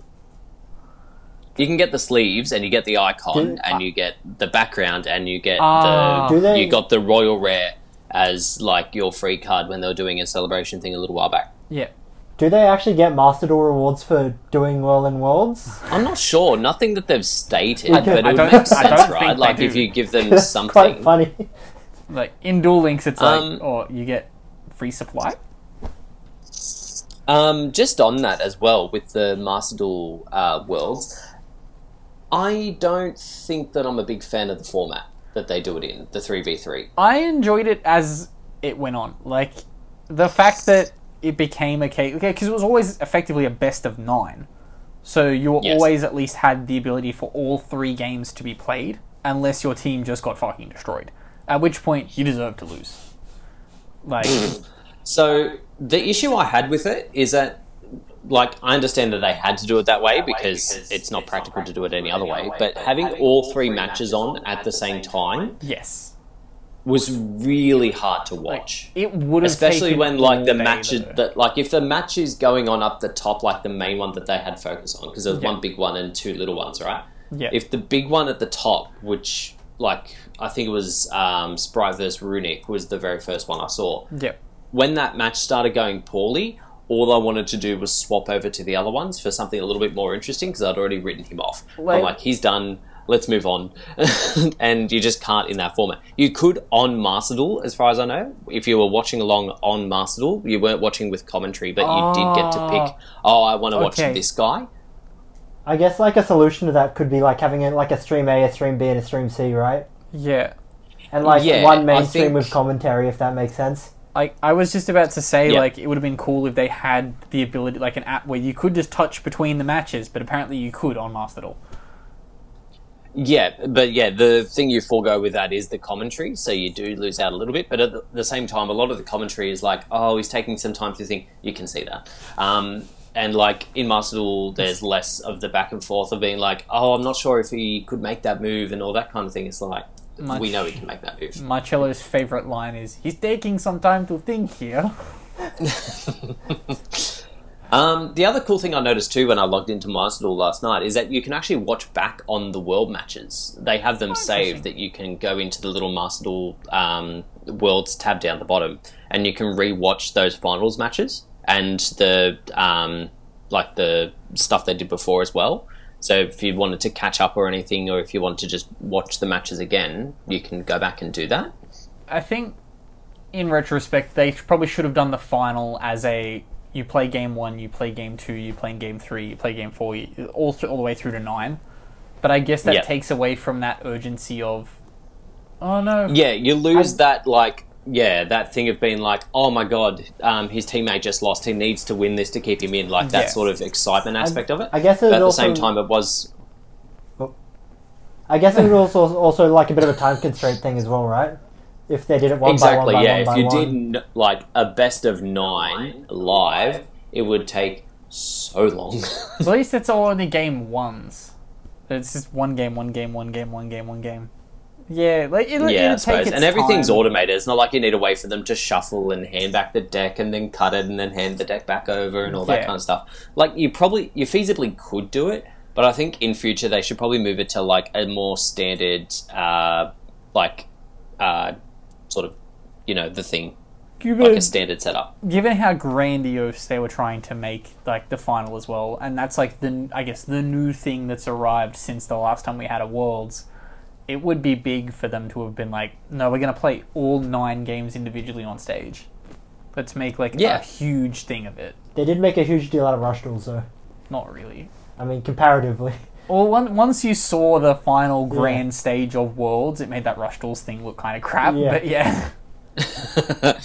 Speaker 1: You can get the sleeves, and you get the icon,
Speaker 4: Do-
Speaker 1: and you get the background, and you get
Speaker 3: Ah.
Speaker 1: the
Speaker 4: Do they-
Speaker 1: you got the royal rare as like your free card when they were doing a celebration thing a little while back.
Speaker 3: Yeah.
Speaker 4: Do they actually get Master Duel rewards for doing well in Worlds?
Speaker 1: I'm not sure, nothing that they've stated,
Speaker 4: I-
Speaker 1: but
Speaker 4: I
Speaker 1: it would
Speaker 3: don't-
Speaker 1: make
Speaker 3: I don't
Speaker 1: sense,
Speaker 3: think
Speaker 1: right?
Speaker 3: they
Speaker 1: Like if
Speaker 3: do.
Speaker 1: you give them
Speaker 4: That's quite
Speaker 1: something,
Speaker 4: funny.
Speaker 3: Like in Duel Links, it's
Speaker 1: Um,
Speaker 3: like, or you get free supply.
Speaker 1: Um, just on that as well with the Master Duel uh, worlds, I don't think that I'm a big fan of the format that they do it in, the three v three.
Speaker 3: I enjoyed it as it went on. Like the fact that it became a case, okay, because it was always effectively a best of nine. So you were
Speaker 1: Yes.
Speaker 3: always at least had the ability for all three games to be played, unless your team just got fucking destroyed. At which point you deserve to lose. Like
Speaker 1: So the issue I had with it is that, like, I understand that they had to do it that way because it's not practical to do it any other way. But having all three matches on at the same time
Speaker 3: yes,
Speaker 1: was really hard to watch.
Speaker 3: it would have
Speaker 1: Especially
Speaker 3: taken
Speaker 1: when like the
Speaker 3: all day,
Speaker 1: match is-
Speaker 3: though.
Speaker 1: that like if the match is going on up the top like the main one that they had focus on because there was
Speaker 3: Yeah.
Speaker 1: one big one and two little ones right
Speaker 3: Yeah.
Speaker 1: if the big one at the top which like I think it was um, Sprite versus Runic was the very first one I saw
Speaker 3: Yep.
Speaker 1: when that match started going poorly, all I wanted to do was swap over to the other ones for something a little bit more interesting because I'd already written him off.
Speaker 3: Like-
Speaker 1: I'm like, he's done. Let's move on. and you just can't in that format. You could on Master Duel, as far as I know. If you were watching along on Master Duel, you weren't watching with commentary, but you did get to pick, oh, I want to
Speaker 3: Okay.
Speaker 1: watch this guy.
Speaker 4: I guess like a solution to that could be like having it like a stream A, a stream B, and a stream C, right?
Speaker 3: Yeah.
Speaker 4: And like
Speaker 1: Yeah,
Speaker 4: one main
Speaker 1: I
Speaker 4: stream
Speaker 1: think-
Speaker 4: with commentary, if that makes sense.
Speaker 3: Like I was just about to say,
Speaker 1: Yeah.
Speaker 3: like it would have been cool if they had the ability, like an app where you could just touch between the matches, but apparently you could on Master Duel.
Speaker 1: Yeah, but yeah, the thing you forego with that is the commentary, so you do lose out a little bit. But at the- the same time, a lot of the commentary is like, "Oh, he's taking some time to think." You can see that, um, and like in Master Duel, there's less of the back and forth of being like, "Oh, I'm not sure if he could make that move" and all that kind of thing. It's like
Speaker 3: Much-
Speaker 1: we know he can make that move.
Speaker 3: Marcello's favorite line is, "He's taking some time to think here."
Speaker 1: Um, the other cool thing I noticed too when I logged into Masterdoll last night is that you can actually watch back on the world matches. They have them saved that you can go into the little Masterdoll um, worlds tab down the bottom, and you can re-watch those finals matches and the um, like the stuff they did before as well. So if you wanted to catch up or anything, or if you want to just watch the matches again, you can go back and do that.
Speaker 3: I think, in retrospect, they sh- probably should have done the final as a you play game one, you play game two, you play game three, you play game four, you, all th- all the way through to nine. But I guess that
Speaker 1: Yeah.
Speaker 3: takes away from that urgency of, oh no,
Speaker 1: Yeah, you lose that like yeah that thing of being like, oh my god, um, his teammate just lost. He needs to win this to keep him in. Like that
Speaker 3: Yeah.
Speaker 1: sort of excitement aspect of it.
Speaker 4: I guess it
Speaker 1: But at the
Speaker 4: was
Speaker 1: same
Speaker 4: also-
Speaker 1: time, it was
Speaker 4: I guess it was also, also like a bit of a time constraint thing as well, right? If they did it one
Speaker 1: exactly
Speaker 4: by one by
Speaker 1: yeah.
Speaker 4: one by
Speaker 1: if you
Speaker 4: one.
Speaker 1: did did like a best of nine live, it would take so long.
Speaker 3: At least it's all only game ones. It's just one game, one game, one game, one game, one game. Yeah, like it'll,
Speaker 1: yeah, I
Speaker 3: it'll take
Speaker 1: suppose.
Speaker 3: its
Speaker 1: And everything's
Speaker 3: time.
Speaker 1: automated. It's not like you need a way for them to shuffle and hand back the deck and then cut it and then hand the deck back over and all that
Speaker 3: Yeah.
Speaker 1: kind of stuff. Like you probably you feasibly could do it, but I think in future they should probably move it to like a more standard uh like uh sort of you know, the thing. Like a
Speaker 3: Given,
Speaker 1: standard setup.
Speaker 3: given how grandiose they were trying to make like the final as well, and that's like the I guess the new thing that's arrived since the last time we had a Worlds. It would be big for them to have been like, no, we're gonna play all nine games individually on stage. Let's make like
Speaker 1: Yeah.
Speaker 3: a huge thing of it.
Speaker 4: They did make a huge deal out of Rush Duels, though.
Speaker 3: Not really.
Speaker 4: I mean, comparatively.
Speaker 3: Well, one, once you saw the final grand stage of Worlds, it made that Rush Duels thing look kind of crap.
Speaker 4: Yeah.
Speaker 3: But yeah,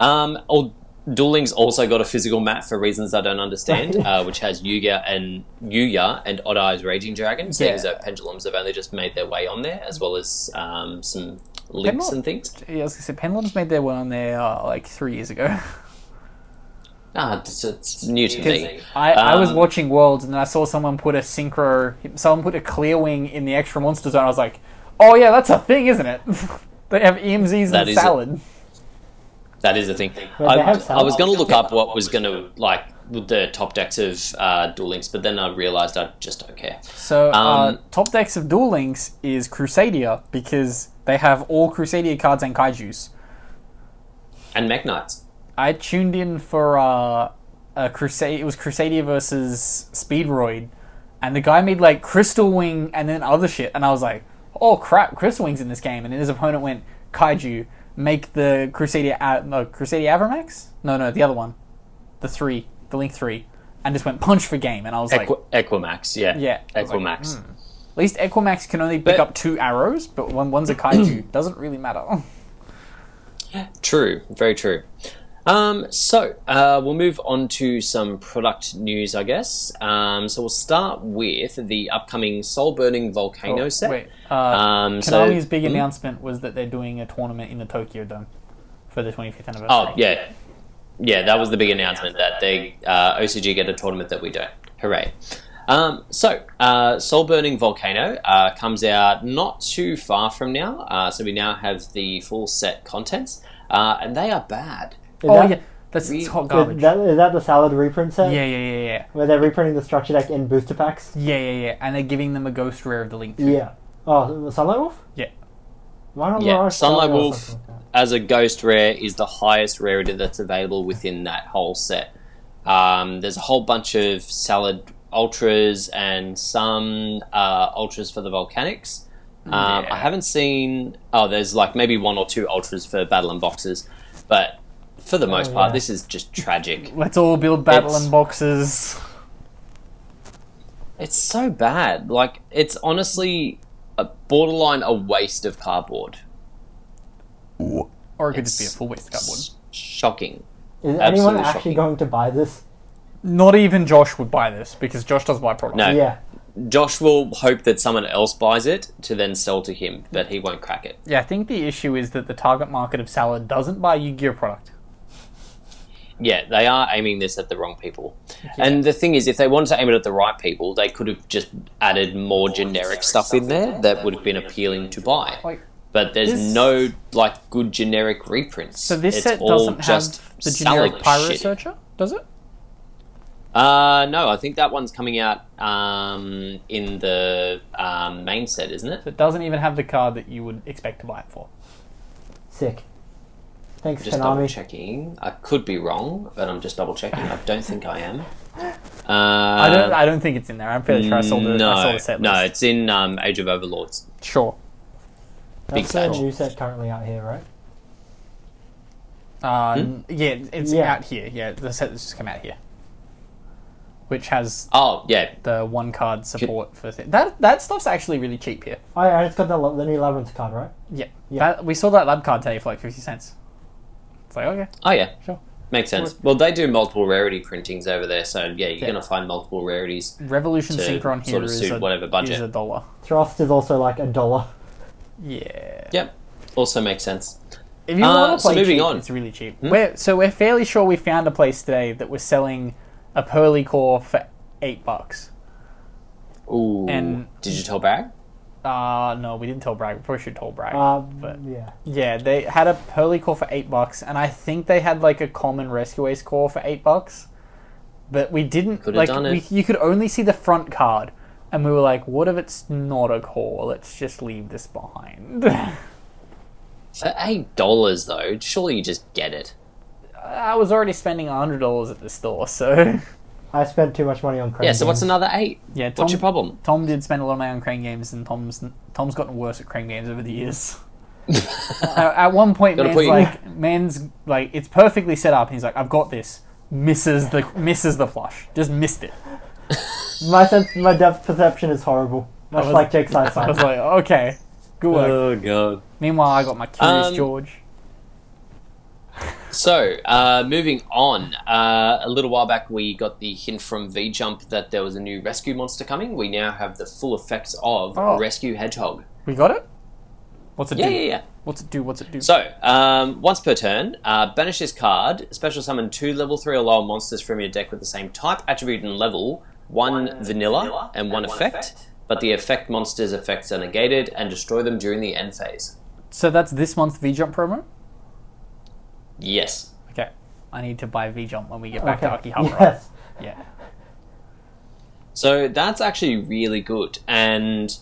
Speaker 1: Um or Duel Links also got a physical mat for reasons I don't understand, uh, which has Yuga and Yuya and Odd Eye's Raging Dragon, seeing as
Speaker 3: Yeah.
Speaker 1: though pendulums have only just made their way on there, as well as um, some links
Speaker 3: Pendul-
Speaker 1: and things.
Speaker 3: yeah I was gonna say, Penland's made their one on there uh, like three years ago.
Speaker 1: Ah, it's, it's new to
Speaker 3: 'Cause
Speaker 1: me.
Speaker 3: I, I was
Speaker 1: Um,
Speaker 3: watching Worlds and then I saw someone put a synchro, someone put a clear wing in the extra monster zone. I was like, oh yeah, that's a thing, isn't it? they have EMZs
Speaker 1: That
Speaker 3: and
Speaker 1: is a-
Speaker 3: salad.
Speaker 1: That is the thing.
Speaker 4: Well,
Speaker 1: I,
Speaker 4: they have some-
Speaker 1: I was going to look up what was going to like with the top decks of uh, Duel Links, but then I realised I just don't care.
Speaker 3: So uh,
Speaker 1: Um,
Speaker 3: top decks of Duel Links is Crusadia because they have all Crusadia cards and Kaiju's.
Speaker 1: And Mech Knights.
Speaker 3: I tuned in for uh, a crusade. It was Crusadia versus Speedroid, and the guy made like Crystal Wing and then other shit, and I was like, "Oh crap, Crystal Wing's in this game!" And then his opponent went Kaiju, make the Crusadia A- no Crusadia Avramax, no no the other one, the three, the Link three, and just went punch for game, and I was like,
Speaker 1: Equ- Equimax, yeah.
Speaker 3: Yeah, I was like,
Speaker 4: Mm.
Speaker 1: Equimax.
Speaker 3: "At least Equimax can only pick
Speaker 1: But-
Speaker 3: up two arrows, but one one's a Kaiju, doesn't really matter."
Speaker 1: True, very true. Um, so uh, we'll move on to some product news, I guess. Um, so we'll start with the upcoming Soul Burning Volcano set.
Speaker 3: Wait, uh,
Speaker 1: Um, so-
Speaker 3: Konami's big
Speaker 1: Hmm?
Speaker 3: announcement was that they're doing a tournament in the Tokyo Dome for the 25th anniversary.
Speaker 1: Oh yeah, yeah. That was the big announcement that they uh, OCG get a tournament that we don't. Hooray! Um, so uh, Soul Burning Volcano uh, comes out not too far from now. Uh, so we now have the full set contents, uh, and they are bad.
Speaker 4: Is
Speaker 3: Oh
Speaker 4: that,
Speaker 3: yeah, that's
Speaker 1: We-
Speaker 3: it's hot
Speaker 4: is
Speaker 3: garbage.
Speaker 4: that, is that the salad reprint set?
Speaker 3: yeah, yeah, yeah, yeah,
Speaker 4: Where they're reprinting the structure deck in booster packs?
Speaker 3: yeah, yeah, yeah, and they're giving them a ghost rare of the link.
Speaker 4: Yeah. Oh, Sunlight Wolf?
Speaker 3: Yeah.
Speaker 4: Why not
Speaker 1: Yeah,
Speaker 4: Mirage
Speaker 1: Sunlight
Speaker 4: Saga or
Speaker 1: Wolf.
Speaker 4: something like
Speaker 1: as a ghost rare is the highest rarity that's available within that whole set. Um, there's a whole bunch of salad ultras and some uh, ultras for the volcanics. Um,
Speaker 3: Yeah.
Speaker 1: I haven't seen. Oh, there's like maybe one or two ultras for battle and boxes, but for the most part,
Speaker 4: yeah.
Speaker 1: this is just tragic.
Speaker 3: Let's all build battle
Speaker 1: It's-
Speaker 3: and boxes.
Speaker 1: It's so bad. Like it's honestly a borderline a waste of cardboard.
Speaker 3: Or it could just be a
Speaker 1: It's-
Speaker 3: full waste cardboard.
Speaker 1: It's Shocking.
Speaker 4: that. Is anyone
Speaker 1: Absolutely
Speaker 4: actually
Speaker 1: shocking.
Speaker 4: going to buy this?
Speaker 3: Not even Josh would buy this because Josh doesn't buy products.
Speaker 1: No.
Speaker 4: Yeah.
Speaker 1: Josh will hope that someone else buys it to then sell to him, but he won't crack it.
Speaker 3: Yeah, I think the issue is that the target market of Salad doesn't buy Yu-Gi-Oh product.
Speaker 1: Yeah, they are aiming this at the wrong people. And the thing is, if they wanted to aim it at the right people, they could have just added more generic stuff in there that would have been appealing to buy.
Speaker 3: Like,
Speaker 1: But there's
Speaker 3: this-
Speaker 1: no like good generic reprints.
Speaker 3: So this
Speaker 1: It's
Speaker 3: set
Speaker 1: all
Speaker 3: doesn't
Speaker 1: just
Speaker 3: have the
Speaker 1: salad
Speaker 3: generic Pyro
Speaker 1: shit.
Speaker 3: Searcher, does it?
Speaker 1: Uh, no, I think that one's coming out um, in the um, main set, isn't it?
Speaker 3: It doesn't even have the card that you would expect to buy it for.
Speaker 4: Sick. Thanks,
Speaker 1: Just double
Speaker 4: Konami.
Speaker 1: checking. I could be wrong, but I'm just double checking. I don't think I am. Uh,
Speaker 3: I don't. I don't think it's in there. I'm fairly sure I saw the.
Speaker 1: no,
Speaker 3: I saw the set list.
Speaker 1: no, it's in um, Age of Overlords.
Speaker 3: sure.
Speaker 1: Big
Speaker 4: That's
Speaker 1: set.
Speaker 4: the new set currently out here, right?
Speaker 3: Uh,
Speaker 1: Hmm?
Speaker 3: n- Yeah, it's
Speaker 4: Yeah.
Speaker 3: out here. Yeah, the set that's just come out here, which has
Speaker 1: Oh yeah,
Speaker 3: the one card support for thi- that. That stuff's actually really cheap here.
Speaker 4: Oh, yeah, and it's got the, la- the new Labyrinth card, right?
Speaker 3: Yeah,
Speaker 4: Yeah.
Speaker 3: That, we saw that lab card today for like fifty cents. It's like okay,
Speaker 1: oh yeah,
Speaker 3: sure.
Speaker 1: makes sense. Well, they do multiple rarity printings over there, so yeah, you're
Speaker 3: Yeah.
Speaker 1: gonna find multiple rarities.
Speaker 3: Revolution
Speaker 1: To
Speaker 3: Synchron here
Speaker 1: sort of
Speaker 3: is
Speaker 1: suit
Speaker 3: a,
Speaker 1: whatever budget.
Speaker 3: is a dollar.
Speaker 4: Thrust is also like a dollar.
Speaker 3: Yeah.
Speaker 1: Yep, also makes sense.
Speaker 3: If you
Speaker 1: Uh,
Speaker 3: want to
Speaker 1: so
Speaker 3: play
Speaker 1: moving
Speaker 3: cheap,
Speaker 1: on.
Speaker 3: it's really cheap. We're, so we're fairly sure we found a place today that was selling a pearly core for eight bucks.
Speaker 1: Ooh.
Speaker 3: And-
Speaker 1: did you tell Bragg?
Speaker 3: Uh, no, we didn't tell Bragg. We probably should tell Bragg.
Speaker 4: Um,
Speaker 3: but-
Speaker 4: yeah.
Speaker 3: yeah, they had a pearly core for eight bucks, and I think they had like a common rescue ace core for eight bucks. But we didn't
Speaker 1: Could've
Speaker 3: like
Speaker 1: done it.
Speaker 3: We, you could only see the front card, and we were like, "What if it's not a core? Let's just leave this behind."
Speaker 1: For eight dollars though, surely you just get it.
Speaker 3: I was already spending hundred dollars at the store, so
Speaker 4: I spent too much money on credit.
Speaker 1: Yeah. So what's another eight?
Speaker 3: yeah. Mm-hmm. Tom,
Speaker 1: What's your problem?
Speaker 3: Tom did spend a lot of money on crane games, and Tom's Tom's gotten worse at crane games over the years. Uh, at one point,
Speaker 1: Gotta
Speaker 3: man's
Speaker 1: put you-
Speaker 3: like, man's like, it's perfectly set up, and he's like, "I've got this." Misses the misses the flush, just missed it.
Speaker 4: My sense, my depth perception is horrible. Much
Speaker 3: was-
Speaker 4: like Jake's
Speaker 3: I was
Speaker 4: eyesight.
Speaker 3: like, "Okay, good work."
Speaker 1: god.
Speaker 3: Meanwhile, I got my curious
Speaker 1: Uh, Um,
Speaker 3: George.
Speaker 1: So, uh, moving on. Uh, a little while back, we got the hint from V Jump that there was a new rescue monster coming. We now have the full effects of
Speaker 3: Oh.
Speaker 1: Rescue Hedgehog.
Speaker 3: We got it. What's it
Speaker 1: Yeah,
Speaker 3: do?
Speaker 1: yeah, yeah.
Speaker 3: What's it do? What's it do?
Speaker 1: So, um, once per turn, uh, banish this card, special summon two level 3 or lower monsters from your deck with the same type, attribute, and level, one, vanilla, and one, effect, but the effect monsters' effects are negated and destroy them during the end phase.
Speaker 3: so that's this month's V Jump promo.
Speaker 1: Yes.
Speaker 3: Okay, I need to buy V Jump when we get back to Akihabara.
Speaker 4: Yes.
Speaker 3: Yeah.
Speaker 1: So that's actually really good. And,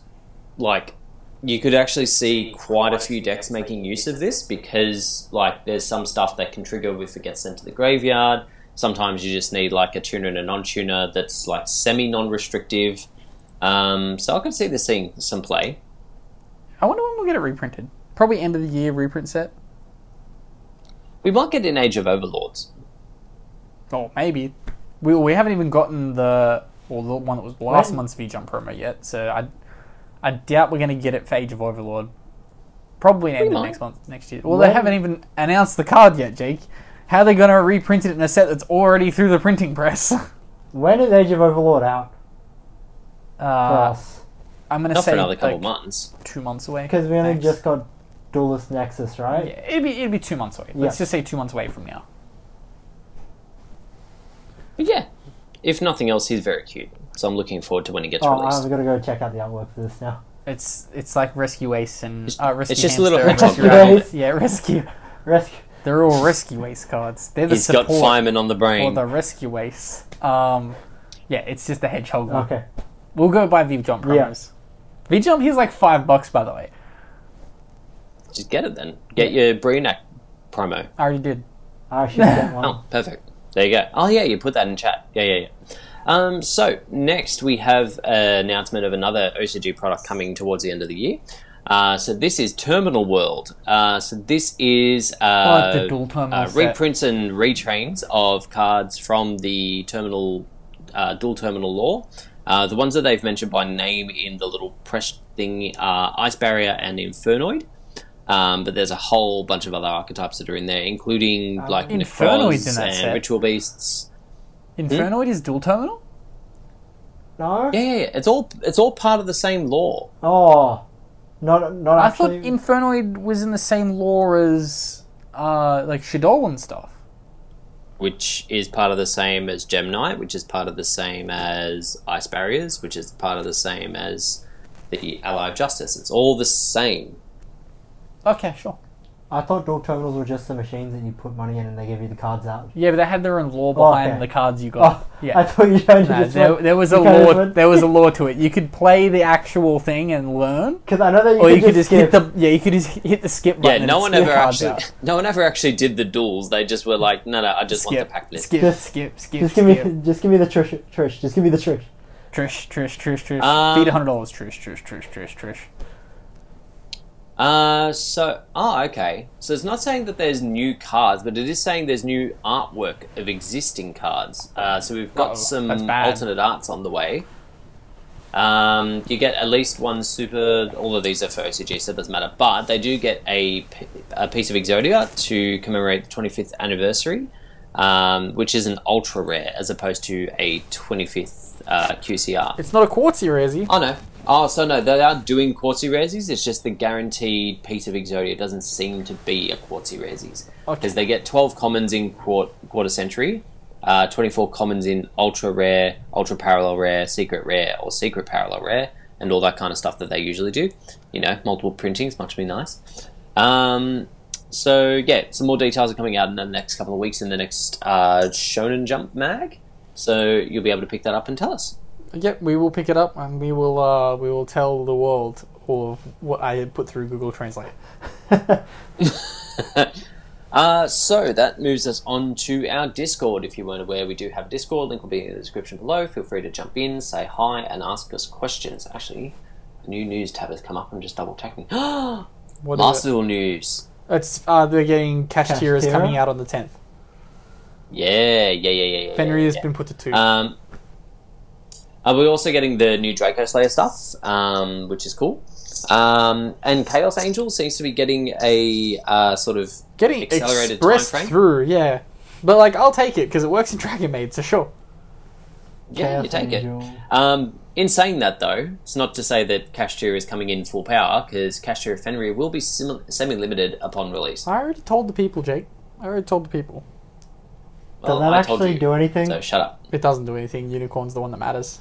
Speaker 1: like, you could actually see quite a few decks making use of this because, like, there's some stuff that can trigger if it gets sent to the graveyard. Sometimes you just need, like, a tuner and a non tuner that's, like, semi non restrictive. Um, so I could see this seeing some play.
Speaker 3: I wonder when we'll get it reprinted. Probably end of the year reprint set.
Speaker 1: We might get an Age of Overlords.
Speaker 3: Or maybe. We, we haven't even gotten the or the one that was last
Speaker 4: Right.
Speaker 3: month's V Jump promo yet, so I I doubt we're gonna get it for Age of Overlord. Probably end of
Speaker 1: might.
Speaker 3: next month next year. Well they
Speaker 4: When-
Speaker 3: haven't even announced the card yet, Jake. How are they gonna reprint it in a set that's already through the printing press? Uh,
Speaker 4: When is Age of Overlord out for
Speaker 3: Uh,
Speaker 4: us?
Speaker 3: I'm gonna
Speaker 1: Not for
Speaker 3: say
Speaker 1: another
Speaker 3: like
Speaker 1: couple months.
Speaker 3: two months away.
Speaker 4: Because we only
Speaker 3: Max.
Speaker 4: just got Duelist Nexus, right?
Speaker 3: yeah, it'd be it'd be two months away. Let's
Speaker 4: Yeah.
Speaker 3: just say two months away from now.
Speaker 1: But yeah, if nothing else, he's very cute. So I'm looking forward to when he gets
Speaker 4: Oh,
Speaker 1: released.
Speaker 4: I'm gonna go check out the artwork for this now.
Speaker 3: It's it's like rescue ace and uh, rescue.
Speaker 1: it's just a little
Speaker 3: hamster and
Speaker 4: hedgehog.
Speaker 3: rescue rabbit.
Speaker 4: Ace.
Speaker 3: Yeah, rescue.
Speaker 4: Rescue.
Speaker 3: They're all rescue ace cards. They're the
Speaker 1: He's got
Speaker 3: support
Speaker 1: Fireman on the
Speaker 3: for
Speaker 1: brain.
Speaker 3: the rescue ace. Um, yeah, it's just a hedgehog.
Speaker 1: Oh.
Speaker 3: one.
Speaker 4: Okay.
Speaker 3: We'll go by V Jump
Speaker 4: Yeah.
Speaker 3: promos. V Jump, he's like five bucks by the way.
Speaker 1: Just get it then. Get your Brionac promo.
Speaker 3: I already did.
Speaker 4: I should get one.
Speaker 1: Oh, perfect. There you go. Oh, yeah, you put that in chat. Yeah, yeah, yeah. Um, so, next we have an announcement of another OCG product coming towards the end of the year. Uh, so, this is Terminal World. Uh, so, this is uh,
Speaker 3: like Oh, the dual terminal
Speaker 1: uh,
Speaker 3: set.
Speaker 1: reprints and retrains of cards from the terminal uh, dual terminal law. Uh, the ones that they've mentioned by name in the little press thing are Ice Barrier and Infernoid. Um, but there's a whole bunch of other archetypes that are in there, including like
Speaker 3: Um, Infernoid's in
Speaker 1: Necrons
Speaker 3: that
Speaker 1: and
Speaker 3: set.
Speaker 1: Ritual Beasts. Hmm?
Speaker 3: Infernoid is dual terminal.
Speaker 4: No.
Speaker 1: Yeah, yeah, yeah, it's all it's all part of the same law.
Speaker 4: Oh. Not not
Speaker 3: I thought
Speaker 4: actually.
Speaker 3: Infernoid was in the same lore as uh, like Shadow and stuff.
Speaker 1: which is part of the same as Gemini, which is part of the same as Ice Barriers, which is part of the same as the Ally of Justice. It's all the same.
Speaker 3: Okay, sure.
Speaker 4: I thought dual terminals were just the machines that you put money in and they give you the cards out.
Speaker 3: Yeah, but they had their own lore behind
Speaker 4: Oh, okay.
Speaker 3: the cards you got.
Speaker 4: Oh,
Speaker 3: yeah.
Speaker 4: I thought you showed
Speaker 3: No,
Speaker 4: just
Speaker 3: there, there was a lore. There was a lore to it. You could play the actual thing and learn,
Speaker 4: Because I know that you,
Speaker 3: or
Speaker 4: could
Speaker 3: you could just hit
Speaker 4: skip.
Speaker 3: the yeah. You could just hit the skip button.
Speaker 1: yeah, no
Speaker 3: and
Speaker 1: one
Speaker 3: skip
Speaker 1: ever
Speaker 3: cards
Speaker 1: actually,
Speaker 3: out.
Speaker 1: no one ever actually did the duels. They just were like, no, no, I just want
Speaker 3: skip,
Speaker 1: the pack list.
Speaker 3: skip,
Speaker 4: Just-
Speaker 3: skip, skip,
Speaker 4: Just give
Speaker 3: skip.
Speaker 4: me, just give me the Trish, Trish. Just give me the Trish.
Speaker 3: Trish, Trish, Trish, Trish.
Speaker 1: Um,
Speaker 3: Feed a hundred dollars. Trish, Trish, Trish, Trish, Trish.
Speaker 1: Uh, so, oh, okay. So it's not saying that there's new cards, but it is saying there's new artwork of existing cards. Uh, so we've got
Speaker 3: Uh-oh,
Speaker 1: some
Speaker 3: that's bad.
Speaker 1: alternate arts on the way. Um, you get at least one super. All of these are for OCG, so it doesn't matter. But they do get a, p- a piece of Exodia to commemorate the 25th anniversary, um, which is an ultra rare as opposed to a 25th uh, QCR.
Speaker 3: It's not a quartzy, or is he?
Speaker 1: Oh no. Oh, so no, they are doing quartzy resies. It's just the guaranteed piece of Exodia doesn't seem to be a quartzy resies
Speaker 3: Okay.
Speaker 1: because they get twelve commons in quart- quarter century, uh, 24 commons in ultra rare, ultra parallel rare, secret rare, or secret parallel rare, and all that kind of stuff that they usually do. You know, multiple printings, much be nice. Um, so yeah, some more details are coming out in the next couple of weeks in the next uh, Shonen Jump mag. So you'll be able to pick that up and tell us.
Speaker 3: Yep, we will pick it up and we will uh, we will tell the world all of what I had put through Google Translate.
Speaker 1: Uh, so that moves us on to our Discord. If you weren't aware, we do have Discord. Link will be in the description below. Feel free to jump in, say hi, and ask us questions. Actually, a new news tab has come up. I'm just double checking.
Speaker 3: What is it?
Speaker 1: Masterful news.
Speaker 3: It's uh, they're getting Cash
Speaker 4: Cash
Speaker 3: Tier is
Speaker 4: Tier?
Speaker 3: coming out on the tenth.
Speaker 1: Yeah, yeah, yeah, yeah. yeah,
Speaker 3: Fenrir
Speaker 1: yeah,
Speaker 3: has
Speaker 1: yeah.
Speaker 3: been put to two.
Speaker 1: Um, uh, we're also getting the new Draco Slayer stuff, um, which is cool. Um, and Chaos Angel seems to be getting a uh, sort of
Speaker 3: getting
Speaker 1: accelerated
Speaker 3: expressed
Speaker 1: timeframe?
Speaker 3: through, yeah. But like, I'll take it because it works in Dragon Maid, so sure.
Speaker 1: yeah, you take it. Um, in saying that, though, it's not to say that Cashier is coming in full power because Cashier Fenrir will be sim- semi-limited upon release.
Speaker 3: I already told the people, Jake. I already told the people.
Speaker 1: Well,
Speaker 4: that
Speaker 1: I told
Speaker 4: actually
Speaker 1: you,
Speaker 4: do anything?
Speaker 1: So shut up.
Speaker 3: It doesn't do anything. Unicorn's the one that matters.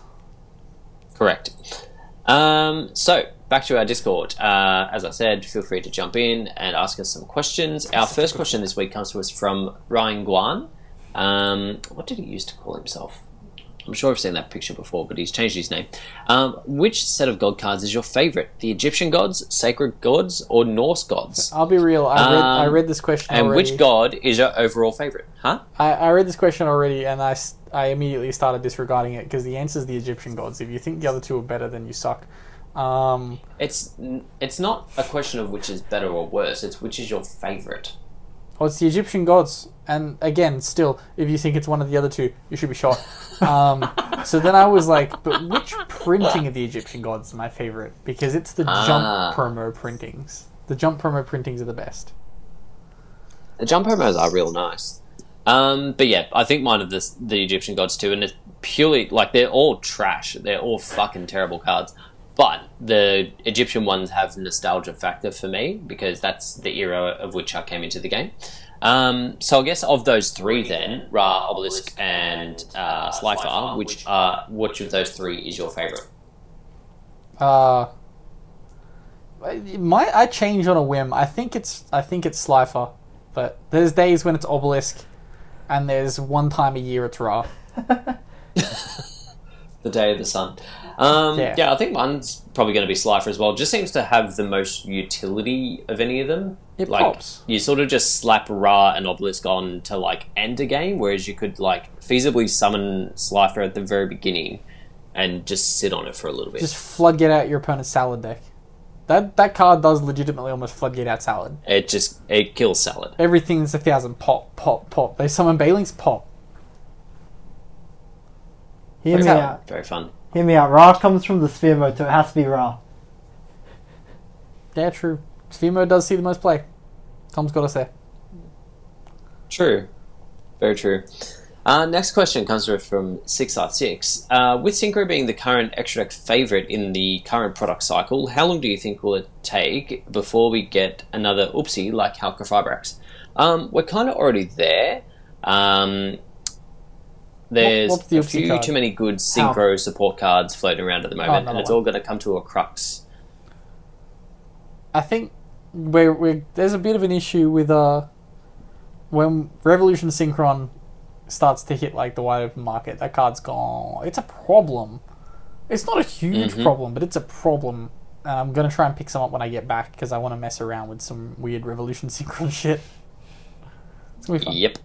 Speaker 1: Correct. Um, so back to our Discord. Uh, as I said, feel free to jump in and ask us some questions. Our first question this week comes to us from Ryan Guan. Um, what did he used to call himself? I'm sure I've seen that picture before, but he's changed his name. Um, which set of god cards is your favorite? The Egyptian gods, sacred gods, or Norse gods?
Speaker 3: I'll be real. I read, I
Speaker 1: Um,
Speaker 3: read this question
Speaker 1: And
Speaker 3: already.
Speaker 1: which god is your overall favorite? Huh?
Speaker 3: I, I read this question already, and I, s- I immediately started disregarding it because the answer is the Egyptian gods. If you think the other two are better, then you suck. Um,
Speaker 1: It's it's not a question of which is better or worse. It's which is your favorite.
Speaker 3: well, it's the Egyptian gods, and again, still, if you think it's one of the other two, you should be shot. Um, so then I was like, but which printing of the Egyptian gods is my favorite? Because it's the
Speaker 1: Ah.
Speaker 3: jump promo printings. The jump promo printings are the best.
Speaker 1: The jump promos are real nice. Um, but yeah, I think mine are the, the Egyptian gods too, and it's purely like they're all trash. They're all fucking terrible cards. But the Egyptian ones have nostalgia factor for me because that's the era of which I came into the game. Um, so I guess of those three, then Ra, Obelisk, and uh, Slifer, which are which of those three is your favorite?
Speaker 3: Uh, I- my I change on a whim. I think it's I think it's Slifer, but there's days when it's Obelisk, and there's one time a year it's Ra.
Speaker 1: the day of the sun. Um,
Speaker 3: Yeah.
Speaker 1: yeah. I think mine's probably going to be Slifer as well. Just seems to have the most utility of any of them.
Speaker 3: It
Speaker 1: like,
Speaker 3: pops.
Speaker 1: You sort of just slap Ra and Obelisk on to like end a game, whereas you could like feasibly summon Slifer at the very beginning and just sit on it for a little bit.
Speaker 3: Just floodgate out your opponent's salad deck. That that card does legitimately almost floodgate out salad.
Speaker 1: it just it kills salad.
Speaker 3: Everything's a thousand pop pop pop. They summon Baling's pop.
Speaker 4: Hear me
Speaker 3: how-
Speaker 4: out.
Speaker 1: Very fun.
Speaker 4: Hear me out. Ra comes from the sphere mode, so it has to be Ra.
Speaker 3: Yeah, true. Fimo does see the most play. Tom's got us there.
Speaker 1: True. Very true. Uh, next question comes to us from 656. Uh, with Synchro being the current extra deck favorite in the current product cycle, how long do you think will it take before we get another oopsie like Halka Fibrax? Um, we're kind of already there. Um, there's
Speaker 3: what's the
Speaker 1: a
Speaker 3: oopsie
Speaker 1: few
Speaker 3: card?
Speaker 1: too many good Synchro support cards floating around at the moment, and
Speaker 3: another
Speaker 1: it's
Speaker 3: one.
Speaker 1: all going to come to a crux.
Speaker 3: I think we're, we're, there's a bit of an issue with uh, when Revolution Synchron starts to hit like the wide open market, that card's gone. It's a problem. It's not a huge
Speaker 1: Mm-hmm.
Speaker 3: problem, but it's a problem. And I'm gonna try and pick some up when I get back because I want to mess around with some weird Revolution Synchron shit. It's gonna be fun.
Speaker 1: Yep.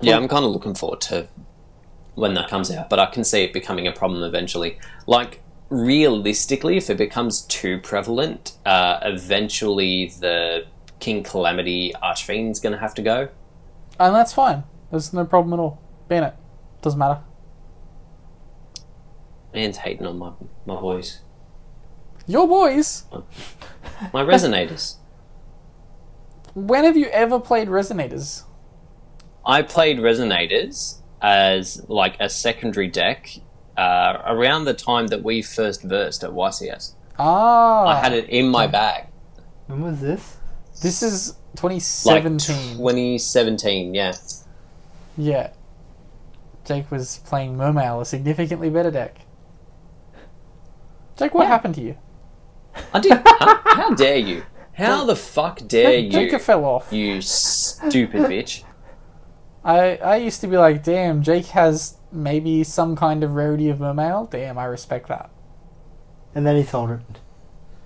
Speaker 1: Yeah, I'm kind of looking forward to when that comes out, but I can see it becoming a problem eventually. Like, realistically, if it becomes too prevalent, uh, eventually the King Calamity Archfiend's going to have to go.
Speaker 3: And that's fine. There's no problem at all. Ban it. Doesn't matter.
Speaker 1: Man's hating on my, my voice.
Speaker 3: Your boys.
Speaker 1: My resonators.
Speaker 3: When have you ever played Resonators?
Speaker 1: I played Resonators as like a secondary deck uh, around the time that we first versed at YCS.
Speaker 3: Ah,
Speaker 1: I had it in my bag.
Speaker 4: When was this?
Speaker 3: This is
Speaker 1: Like
Speaker 3: 2017.
Speaker 1: 2017, yeah.
Speaker 3: Yeah. Jake was playing Mermail, a significantly better deck. Jake, what happened to you?
Speaker 1: I did. how, how dare you? How the fuck dare
Speaker 3: Jake
Speaker 1: you?
Speaker 3: fell off.
Speaker 1: You stupid bitch.
Speaker 3: I, I used to be like, damn, Jake has maybe some kind of rarity of Mermail. Damn, I respect that.
Speaker 4: And then he sold it.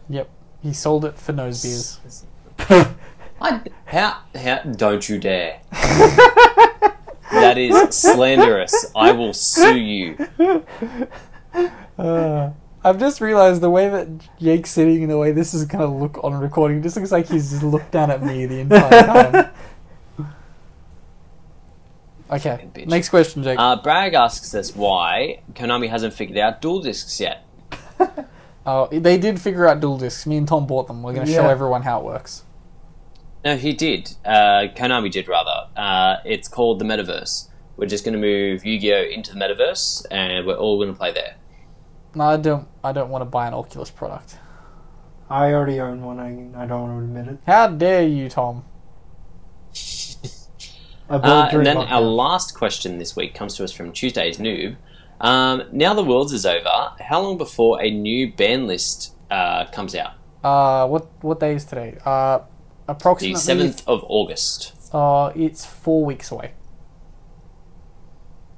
Speaker 3: Yep. He sold it for nose beers.
Speaker 1: I, how, how, don't you dare. that is slanderous. I will sue you.
Speaker 3: Uh, I've just realized the way that Jake's sitting and the way this is going to look on recording just looks like he's just looked down at me the entire time. Okay,
Speaker 1: Fucking bitch.
Speaker 3: next question, Jake.
Speaker 1: Uh, Bragg asks us why Konami hasn't figured out dual discs yet.
Speaker 3: oh, they did figure out dual discs. Me and Tom bought them. We're going to show
Speaker 4: Yeah.
Speaker 3: everyone how it works.
Speaker 1: No, he did. Uh, Konami did, rather. Uh, it's called the Metaverse. We're just going to move Yu Gi Oh! into the Metaverse, and we're all going to play there.
Speaker 3: No, I don't. I don't want to buy an Oculus product.
Speaker 4: I already own one. I, I don't want to admit it.
Speaker 3: How dare you, Tom?
Speaker 4: I bought
Speaker 1: Uh,
Speaker 4: it
Speaker 1: and
Speaker 4: during
Speaker 1: then our
Speaker 4: lockdown.
Speaker 1: last question this week comes to us from Tuesday's Noob. Um, now the Worlds is over, how long before a new ban list uh, comes out?
Speaker 3: Uh, what what day is today? Uh,
Speaker 1: The
Speaker 3: approximately.
Speaker 1: 7th of August.
Speaker 3: Uh, it's four weeks away.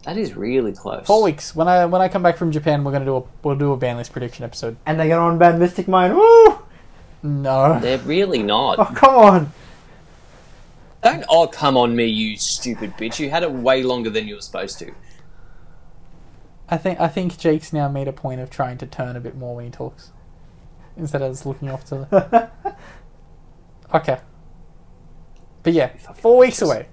Speaker 1: That is really close.
Speaker 3: Four weeks. When I when I come back from Japan, we're gonna do a we'll do a ban list prediction episode.
Speaker 4: and they get on bad Mystic Mine. Woo!
Speaker 3: No.
Speaker 1: They're really
Speaker 4: Oh
Speaker 1: not.
Speaker 4: come on!
Speaker 1: Don't oh come on me, you stupid bitch. You had it way longer than you were supposed to.
Speaker 3: I think I think Jake's now made a point of trying to turn a bit more when he talks, instead of just looking off to the. okay. But yeah,
Speaker 1: fucking
Speaker 3: four weeks
Speaker 1: bitches.
Speaker 3: away.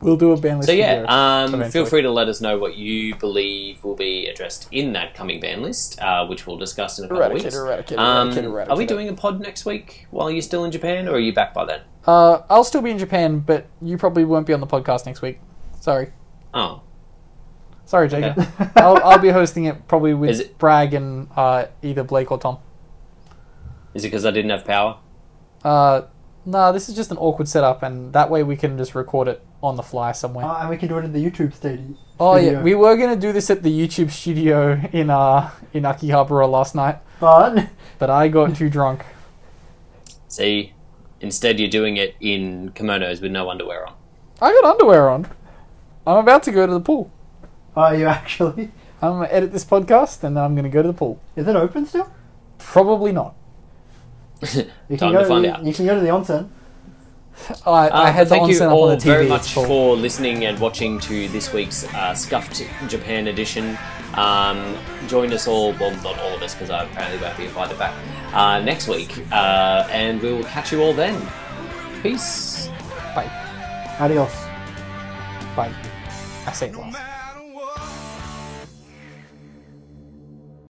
Speaker 3: We'll do a ban list.
Speaker 1: So yeah,
Speaker 3: video
Speaker 1: um, feel
Speaker 3: eventually.
Speaker 1: free to let us know what you believe will be addressed in that coming ban list, uh, which we'll discuss in a couple of
Speaker 3: Eradicate,
Speaker 1: weeks.
Speaker 3: eradicate,
Speaker 1: Um,
Speaker 3: eradicate, eradicate.
Speaker 1: are we doing a pod next week while you're still in Japan, or are you back by then?
Speaker 3: Uh, I'll still be in Japan, but you probably won't be on the podcast next week. Sorry,
Speaker 1: Oh,
Speaker 3: sorry, Jacob.
Speaker 1: Okay.
Speaker 3: I'll, I'll be hosting it probably with
Speaker 1: Is it-
Speaker 3: Bragg and uh, either Blake or Tom.
Speaker 1: Is it because I didn't have power?
Speaker 3: Uh, nah, this is just an awkward setup, and that way we can just record it on the fly somewhere.
Speaker 4: Oh, and we can do it in the YouTube studio.
Speaker 3: oh yeah,
Speaker 4: video.
Speaker 3: we were gonna do this at the YouTube studio in uh in Akihabara last night,
Speaker 4: But
Speaker 3: but I got too drunk.
Speaker 1: See, instead you're doing it in kimonos with no underwear on.
Speaker 3: I got underwear on. I'm about to go to the pool.
Speaker 4: are you actually?
Speaker 3: I'm gonna edit this podcast, and then I'm gonna go to the pool.
Speaker 4: Is it open still?
Speaker 3: Probably not.
Speaker 4: You
Speaker 1: Time
Speaker 4: go,
Speaker 1: to find
Speaker 4: you,
Speaker 1: out.
Speaker 4: you can go to the onsen.
Speaker 3: I, I
Speaker 1: Um,
Speaker 3: had the
Speaker 1: thank you
Speaker 3: onsen up
Speaker 1: all
Speaker 3: on the TV.
Speaker 1: very
Speaker 3: it's
Speaker 1: much
Speaker 3: full.
Speaker 1: for listening and watching to this week's uh, Scuffed Japan edition. Um, join us all, well, not all of us, because I apparently won't be invited back uh, next week. Uh, and we will catch you all then. Peace.
Speaker 3: Bye.
Speaker 4: Adios.
Speaker 3: Bye. I say it last.
Speaker 6: No matter